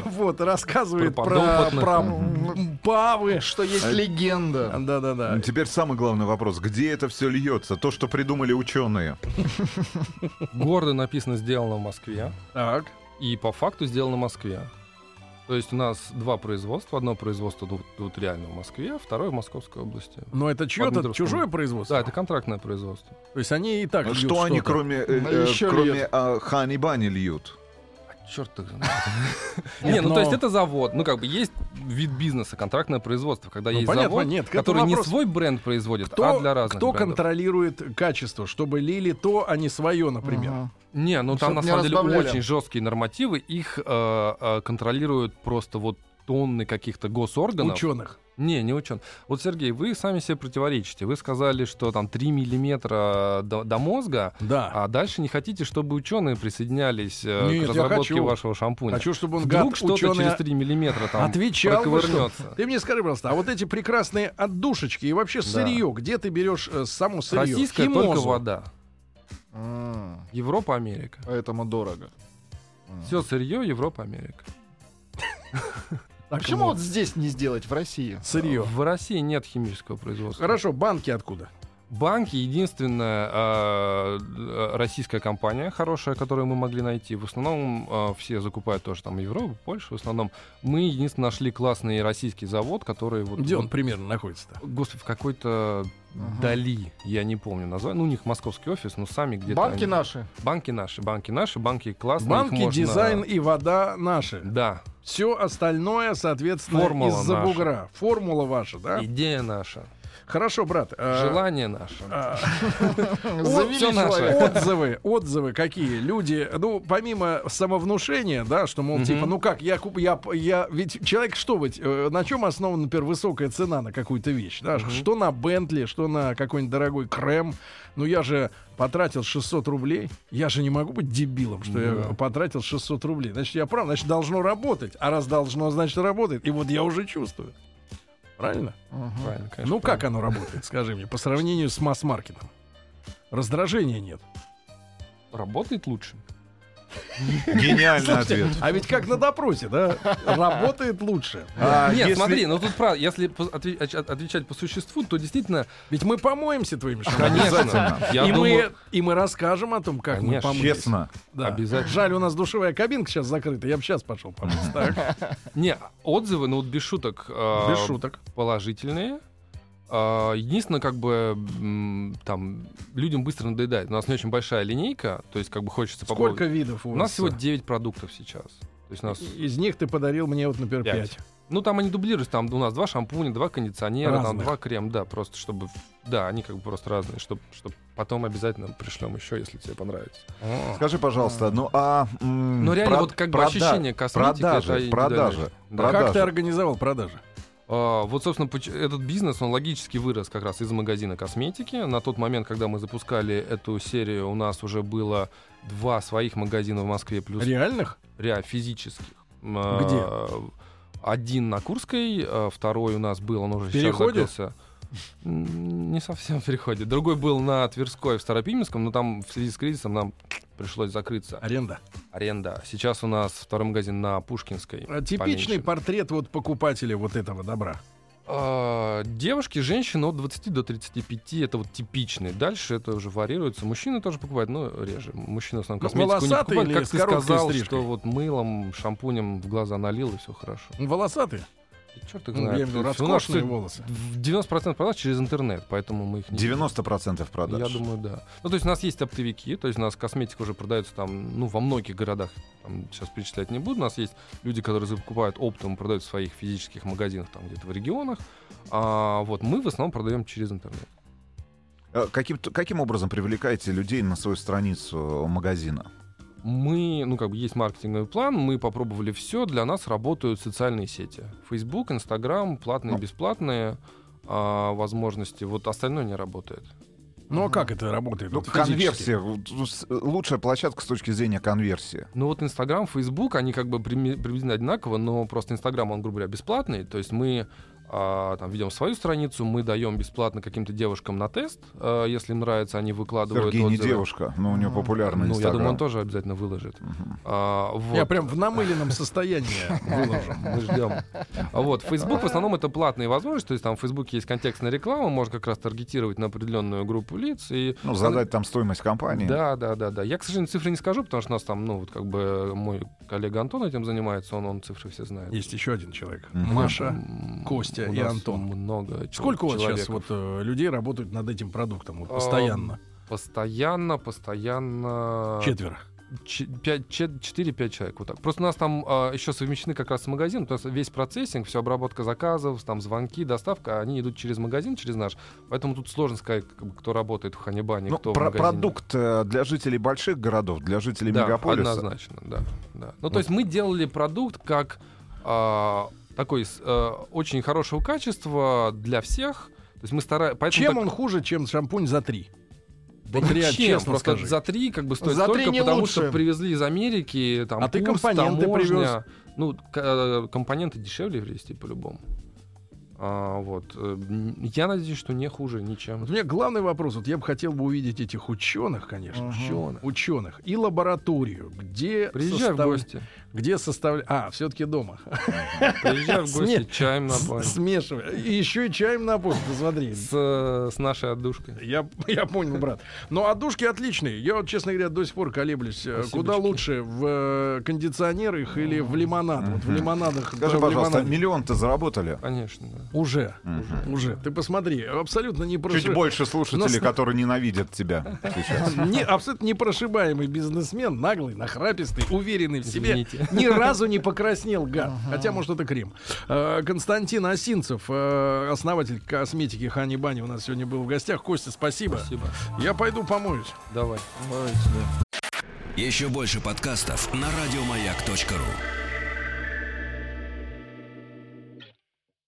[SPEAKER 2] Вот, рассказывает
[SPEAKER 4] Про
[SPEAKER 2] про
[SPEAKER 4] подопытных. А
[SPEAKER 2] про м, павы.
[SPEAKER 5] Что есть легенда.
[SPEAKER 2] Да-да-да.
[SPEAKER 3] Теперь самый главный вопрос. Где это все льется? То, что придумали ученые.
[SPEAKER 4] Гордо написано «Сделано в Москве»
[SPEAKER 2] Так.
[SPEAKER 4] и по факту «Сделано в Москве». То есть у нас два производства. Одно производство тут, тут реально в Москве, а второе в Московской области.
[SPEAKER 2] Но это чье-то
[SPEAKER 4] Подмосковном.
[SPEAKER 2] чужое производство?
[SPEAKER 4] Да, это А контрактное производство.
[SPEAKER 2] То есть они и так
[SPEAKER 3] Что,
[SPEAKER 2] льют
[SPEAKER 3] они,
[SPEAKER 2] что-то.
[SPEAKER 3] кроме, э,
[SPEAKER 5] Ну,
[SPEAKER 3] э,
[SPEAKER 5] ещё
[SPEAKER 3] кроме
[SPEAKER 5] льёт.
[SPEAKER 3] а, Хани Бани льют?
[SPEAKER 4] Черт их
[SPEAKER 2] Нет,
[SPEAKER 4] Не, ну
[SPEAKER 2] но-
[SPEAKER 4] то есть это завод. Ну как бы есть вид бизнеса, контрактное производство, когда
[SPEAKER 2] Ну,
[SPEAKER 4] есть
[SPEAKER 2] понятно,
[SPEAKER 4] завод,
[SPEAKER 2] нет, к этому
[SPEAKER 4] который не
[SPEAKER 2] вопрос.
[SPEAKER 4] свой бренд производит,
[SPEAKER 2] Кто,
[SPEAKER 4] а для разных
[SPEAKER 2] кто
[SPEAKER 4] брендов.
[SPEAKER 2] контролирует качество, чтобы лили то, а не свое, например?
[SPEAKER 5] Ага. А
[SPEAKER 4] Не, ну
[SPEAKER 5] Чтоб
[SPEAKER 4] там на
[SPEAKER 5] не
[SPEAKER 4] самом деле
[SPEAKER 5] разбавляли.
[SPEAKER 4] очень жесткие нормативы, их э, э, контролируют просто вот тонны каких-то госорганов.
[SPEAKER 2] Ученых.
[SPEAKER 4] Не, не учен. Вот, Сергей, вы сами себе противоречите. Вы сказали, что там 3 миллиметра до, до мозга,
[SPEAKER 2] Да.
[SPEAKER 4] а дальше не хотите, чтобы ученые присоединялись э,
[SPEAKER 2] Нет, я
[SPEAKER 4] к разработке
[SPEAKER 2] хочу.
[SPEAKER 4] вашего шампуня.
[SPEAKER 2] Хочу, чтобы он
[SPEAKER 4] Вдруг
[SPEAKER 2] гад
[SPEAKER 4] что-то
[SPEAKER 2] ученый
[SPEAKER 4] через 3 миллиметра там
[SPEAKER 2] отвечал бы, что-
[SPEAKER 4] проковырнется.
[SPEAKER 2] Ты мне скажи, пожалуйста, а вот эти прекрасные отдушечки и вообще сырье, где ты берешь э, само сырье?
[SPEAKER 4] Российская
[SPEAKER 2] Химозу.
[SPEAKER 4] только вода.
[SPEAKER 5] М,
[SPEAKER 4] Европа, Америка.
[SPEAKER 5] Поэтому дорого.
[SPEAKER 4] Все сырье, Европа, Америка.
[SPEAKER 2] Так, А
[SPEAKER 5] Почему
[SPEAKER 2] вот.
[SPEAKER 5] вот здесь не сделать, в России?
[SPEAKER 2] сырье?
[SPEAKER 4] В России нет химического производства.
[SPEAKER 2] Хорошо, банки откуда?
[SPEAKER 4] Банки единственная э, э, российская компания хорошая, которую мы могли найти. В основном э, все закупают тоже там Европу, Польшу. В основном мы единственно нашли классный российский завод, который вот.
[SPEAKER 2] Где он
[SPEAKER 4] вот-
[SPEAKER 2] примерно находится-то?
[SPEAKER 4] Господи, в какой-то
[SPEAKER 5] Ага.
[SPEAKER 4] Дали, я не помню название. Ну, у них московский офис, но сами где-то.
[SPEAKER 5] Банки
[SPEAKER 4] они-
[SPEAKER 5] наши.
[SPEAKER 4] Банки наши, банки наши, банки классные. их
[SPEAKER 2] Банки,
[SPEAKER 4] можно-
[SPEAKER 2] дизайн и вода наши.
[SPEAKER 4] Да,
[SPEAKER 2] Все остальное, соответственно,
[SPEAKER 4] Формула
[SPEAKER 2] из-за
[SPEAKER 4] наша.
[SPEAKER 2] бугра. Формула ваша, да?
[SPEAKER 4] идея наша,
[SPEAKER 2] Хорошо, брат. э,
[SPEAKER 4] желание наше.
[SPEAKER 2] э,
[SPEAKER 5] Завели
[SPEAKER 4] всё наше.
[SPEAKER 5] человека.
[SPEAKER 2] Отзывы, отзывы какие? Люди, ну, помимо самовнушения, да, что, мол,
[SPEAKER 4] Мгм.
[SPEAKER 2] типа, ну как, я куп, я, я, ведь человек что быть, э, на чем основана, например, высокая цена на какую-то вещь, да,
[SPEAKER 4] Мгм.
[SPEAKER 2] что на Бентли, что на какой-нибудь дорогой крем, ну я же потратил 600 рублей, я же не могу быть дебилом, что я
[SPEAKER 4] Да.
[SPEAKER 2] потратил 600 рублей, значит, я прав, значит, должно работать, а раз должно, значит, работает, и вот я уже чувствую. Правильно?
[SPEAKER 5] Мгм.
[SPEAKER 4] Правильно, конечно,
[SPEAKER 2] Ну как оно работает, скажи мне, по сравнению с масс-маркетом? Раздражения нет.
[SPEAKER 4] Работает лучше.
[SPEAKER 3] Гениальный ответ.
[SPEAKER 2] А ведь как на допросе, да? Работает лучше.
[SPEAKER 3] А
[SPEAKER 4] Нет,
[SPEAKER 3] если-
[SPEAKER 4] смотри, ну тут правда, если по- отве- оч- от- отвечать по существу, то действительно,
[SPEAKER 2] Ведь мы помоемся твоими шагами.
[SPEAKER 4] конечно,
[SPEAKER 3] Обязательно.
[SPEAKER 4] я
[SPEAKER 2] и,
[SPEAKER 4] думаю,
[SPEAKER 2] мы, и мы расскажем о том, как мы
[SPEAKER 4] Конечно.
[SPEAKER 2] помылись.
[SPEAKER 3] Честно.
[SPEAKER 2] Да.
[SPEAKER 4] Обязательно.
[SPEAKER 2] Жаль, у нас душевая кабинка сейчас закрыта. Я бы сейчас пошел помыться. Так,
[SPEAKER 4] не отзывы, ну вот без шуток, э,
[SPEAKER 2] без шуток.
[SPEAKER 4] положительные. Э, Единственное, как бы м, там людям быстро надоедает. У нас не очень большая линейка, то есть как бы хочется
[SPEAKER 2] Сколько
[SPEAKER 4] попробовать.
[SPEAKER 2] видов у
[SPEAKER 4] У
[SPEAKER 2] вас? э,
[SPEAKER 4] нас всего 9 продуктов сейчас. То есть у нас,
[SPEAKER 2] Из них ты подарил мне вот, например,
[SPEAKER 4] Пять.
[SPEAKER 2] 5.
[SPEAKER 4] ну там они дублируются, там у нас два шампуня, два кондиционера, там
[SPEAKER 2] Разных.
[SPEAKER 4] два крем, да, просто чтобы, да, они как бы просто разные, чтобы, потом обязательно пришлем еще, если тебе понравится.
[SPEAKER 3] Скажи, пожалуйста, ну а... м,
[SPEAKER 4] Ну реально,
[SPEAKER 3] прод-
[SPEAKER 4] вот как бы
[SPEAKER 3] прода-
[SPEAKER 4] ощущение косметики. это
[SPEAKER 3] Продажи,
[SPEAKER 4] индивидуальная
[SPEAKER 3] продажи.
[SPEAKER 4] вещь. Да.
[SPEAKER 3] продажи.
[SPEAKER 2] Как ты организовал продажи?
[SPEAKER 4] А, вот, собственно, поч- этот бизнес, он логически вырос как раз из магазина косметики. На тот момент, когда мы запускали эту серию, у нас уже было два своих магазина в Москве, плюс
[SPEAKER 2] Реальных?
[SPEAKER 4] ря физических.
[SPEAKER 2] Где?
[SPEAKER 4] Где? Один на Курской, а, второй у нас был, он уже сейчас
[SPEAKER 2] Переходе?
[SPEAKER 4] закрылся. М, Не совсем в переходе. Другой был на Тверской в Старопименском, но там в связи с кризисом нам пришлось закрыться.
[SPEAKER 2] Аренда.
[SPEAKER 4] Аренда. Сейчас у нас второй магазин на Пушкинской.
[SPEAKER 2] А, Типичный
[SPEAKER 4] Поменьше.
[SPEAKER 2] портрет вот покупателя вот этого добра.
[SPEAKER 4] А, Девушки, женщины от 20 до 35 это вот типичный. Дальше это уже варьируется. Мужчины тоже покупают, но реже. Мужчины в основном
[SPEAKER 2] Ну,
[SPEAKER 4] косметику не
[SPEAKER 2] волосатые
[SPEAKER 4] покупают.
[SPEAKER 2] или
[SPEAKER 4] Как
[SPEAKER 2] с
[SPEAKER 4] ты
[SPEAKER 2] короткой
[SPEAKER 4] сказал,
[SPEAKER 2] стрижкой?
[SPEAKER 4] что вот мылом, шампунем в глаза налил и все хорошо.
[SPEAKER 2] Волосатый?
[SPEAKER 4] Черт их
[SPEAKER 2] Ну,
[SPEAKER 4] знает.
[SPEAKER 2] я имею в виду,
[SPEAKER 4] То есть у нас
[SPEAKER 2] роскошные
[SPEAKER 4] всё-
[SPEAKER 2] волосы.
[SPEAKER 4] в 90% продаж через интернет, поэтому мы их не...
[SPEAKER 3] 90% продаж.
[SPEAKER 4] Я думаю, да. Ну, то есть у нас есть оптовики, то есть у нас косметика уже продается там, ну, во многих городах, там, сейчас перечислять не буду, у нас есть люди, которые закупают оптом, продают в своих физических магазинах там где-то в регионах, а вот мы в основном продаем через интернет.
[SPEAKER 3] Э, Каким, каким образом привлекаете людей на свою страницу магазина?
[SPEAKER 4] мы, ну как бы есть маркетинговый план, мы попробовали все, для нас работают социальные сети. Facebook, Instagram, платные, бесплатные а, возможности, вот остальное не работает.
[SPEAKER 2] Ну а как это работает?
[SPEAKER 3] Ну,
[SPEAKER 2] вот физически?
[SPEAKER 3] конверсия. вот, ну, с- Лучшая площадка с точки зрения конверсии.
[SPEAKER 4] Ну вот Инстаграм, Фейсбук, они как бы прими- приблизительно одинаково, но просто Инстаграм, он, грубо говоря, бесплатный. То есть мы а, там, ведем свою страницу, мы даем бесплатно каким-то девушкам на тест, а, если им нравится, они выкладывают
[SPEAKER 3] Сергей не
[SPEAKER 4] отзывы.
[SPEAKER 3] девушка, но у нее
[SPEAKER 5] Ну,
[SPEAKER 3] популярный
[SPEAKER 4] Ну, я думаю, он
[SPEAKER 3] Инстаграм.
[SPEAKER 4] тоже обязательно выложит. А, вот.
[SPEAKER 2] Я прям в намыленном состоянии.
[SPEAKER 4] Выложим, мы ждем. А Вот, Facebook в основном это платные возможности, то есть там в Facebook есть контекстная реклама, можно как раз таргетировать на определенную группу лиц. И
[SPEAKER 3] Ну, задать там стоимость компании.
[SPEAKER 4] Да, да, да, да. Я, к сожалению, цифры не скажу, потому что у нас там, ну, вот как бы мой коллега Антон этим занимается, он, он цифры все знает.
[SPEAKER 2] Есть еще один человек.
[SPEAKER 3] Мгм.
[SPEAKER 2] Маша.
[SPEAKER 4] М,
[SPEAKER 2] Костя
[SPEAKER 4] у
[SPEAKER 2] и
[SPEAKER 4] нас
[SPEAKER 2] Антон.
[SPEAKER 4] Много
[SPEAKER 2] Сколько у вас сейчас
[SPEAKER 4] человек.
[SPEAKER 2] вот, э, людей работают над этим продуктом вот, постоянно?
[SPEAKER 4] Постоянно, постоянно...
[SPEAKER 2] Четверо.
[SPEAKER 4] ну, 4-5 человек, вот так. Просто у нас там еще совмещены как раз с магазином, потому что весь процессинг, все обработка заказов, там звонки, доставка, а они идут через магазин, через наш. Поэтому тут сложно сказать, как бы, кто работает в Ханибане,
[SPEAKER 3] Ну,
[SPEAKER 4] кто
[SPEAKER 3] про-
[SPEAKER 4] в магазине.
[SPEAKER 3] продукт э, для жителей больших городов, для жителей
[SPEAKER 4] Да,
[SPEAKER 3] мегаполиса.
[SPEAKER 4] однозначно, да, да. Ну, то есть мы делали продукт как а, такой с, э, очень хорошего качества для всех. То есть мы стараемся...
[SPEAKER 2] Чем он хуже, чем шампунь за три?
[SPEAKER 4] Да
[SPEAKER 2] Вот реально,
[SPEAKER 4] ничем,
[SPEAKER 2] Ну, честно
[SPEAKER 4] просто
[SPEAKER 2] скажи.
[SPEAKER 4] за три как бы стоит
[SPEAKER 5] За три
[SPEAKER 4] столько,
[SPEAKER 5] не
[SPEAKER 4] потому
[SPEAKER 5] лучше.
[SPEAKER 4] что привезли из Америки, там
[SPEAKER 2] А ты
[SPEAKER 4] курс,
[SPEAKER 2] компоненты
[SPEAKER 4] таможня. Ну, к- э, компоненты дешевле везти по-любому. А, вот. э, м, Я надеюсь, что не хуже ничем.
[SPEAKER 2] Вот у меня главный вопрос. Вот я бы хотел бы увидеть этих ученых, конечно.
[SPEAKER 4] Учёных.
[SPEAKER 2] Ученых. И лабораторию. Где
[SPEAKER 4] Приезжай в
[SPEAKER 2] состав-
[SPEAKER 4] гости.
[SPEAKER 2] Где составляют... А, все-таки дома.
[SPEAKER 4] Приезжай в гости,
[SPEAKER 2] Сме-
[SPEAKER 4] чаем напоим.
[SPEAKER 2] Смешиваю. И еще и чаем на пол. Посмотри.
[SPEAKER 4] С, э, с нашей отдушкой.
[SPEAKER 2] Я, я понял, брат. Но отдушки отличные. Я, вот, честно говоря, до сих пор колеблюсь. Э,
[SPEAKER 4] Спасибочки.
[SPEAKER 2] Куда лучше, в э, кондиционер их или в лимонад? Вот в лимонадах...
[SPEAKER 3] Скажи,
[SPEAKER 2] в
[SPEAKER 3] пожалуйста, а
[SPEAKER 2] лимонаде-
[SPEAKER 3] миллион-то заработали?
[SPEAKER 4] Конечно, да.
[SPEAKER 2] Уже.
[SPEAKER 3] Мгм.
[SPEAKER 2] Уже. Ты посмотри, абсолютно не
[SPEAKER 3] Чуть больше
[SPEAKER 4] ну,
[SPEAKER 3] слушателей,
[SPEAKER 2] Но с-
[SPEAKER 3] которые ненавидят тебя сейчас.
[SPEAKER 2] Не, абсолютно непрошибаемый бизнесмен, наглый, нахрапистый, уверенный в себе.
[SPEAKER 4] Извините.
[SPEAKER 2] Ни разу не покраснел, гад. Хотя, может, это Крим. Э, Константин Осинцев, э, основатель косметики Хани Бани, у нас сегодня был в гостях. Костя, спасибо.
[SPEAKER 4] Спасибо.
[SPEAKER 2] Я пойду помоюсь.
[SPEAKER 4] Давай.
[SPEAKER 1] Еще больше подкастов на радиомаяк.ру.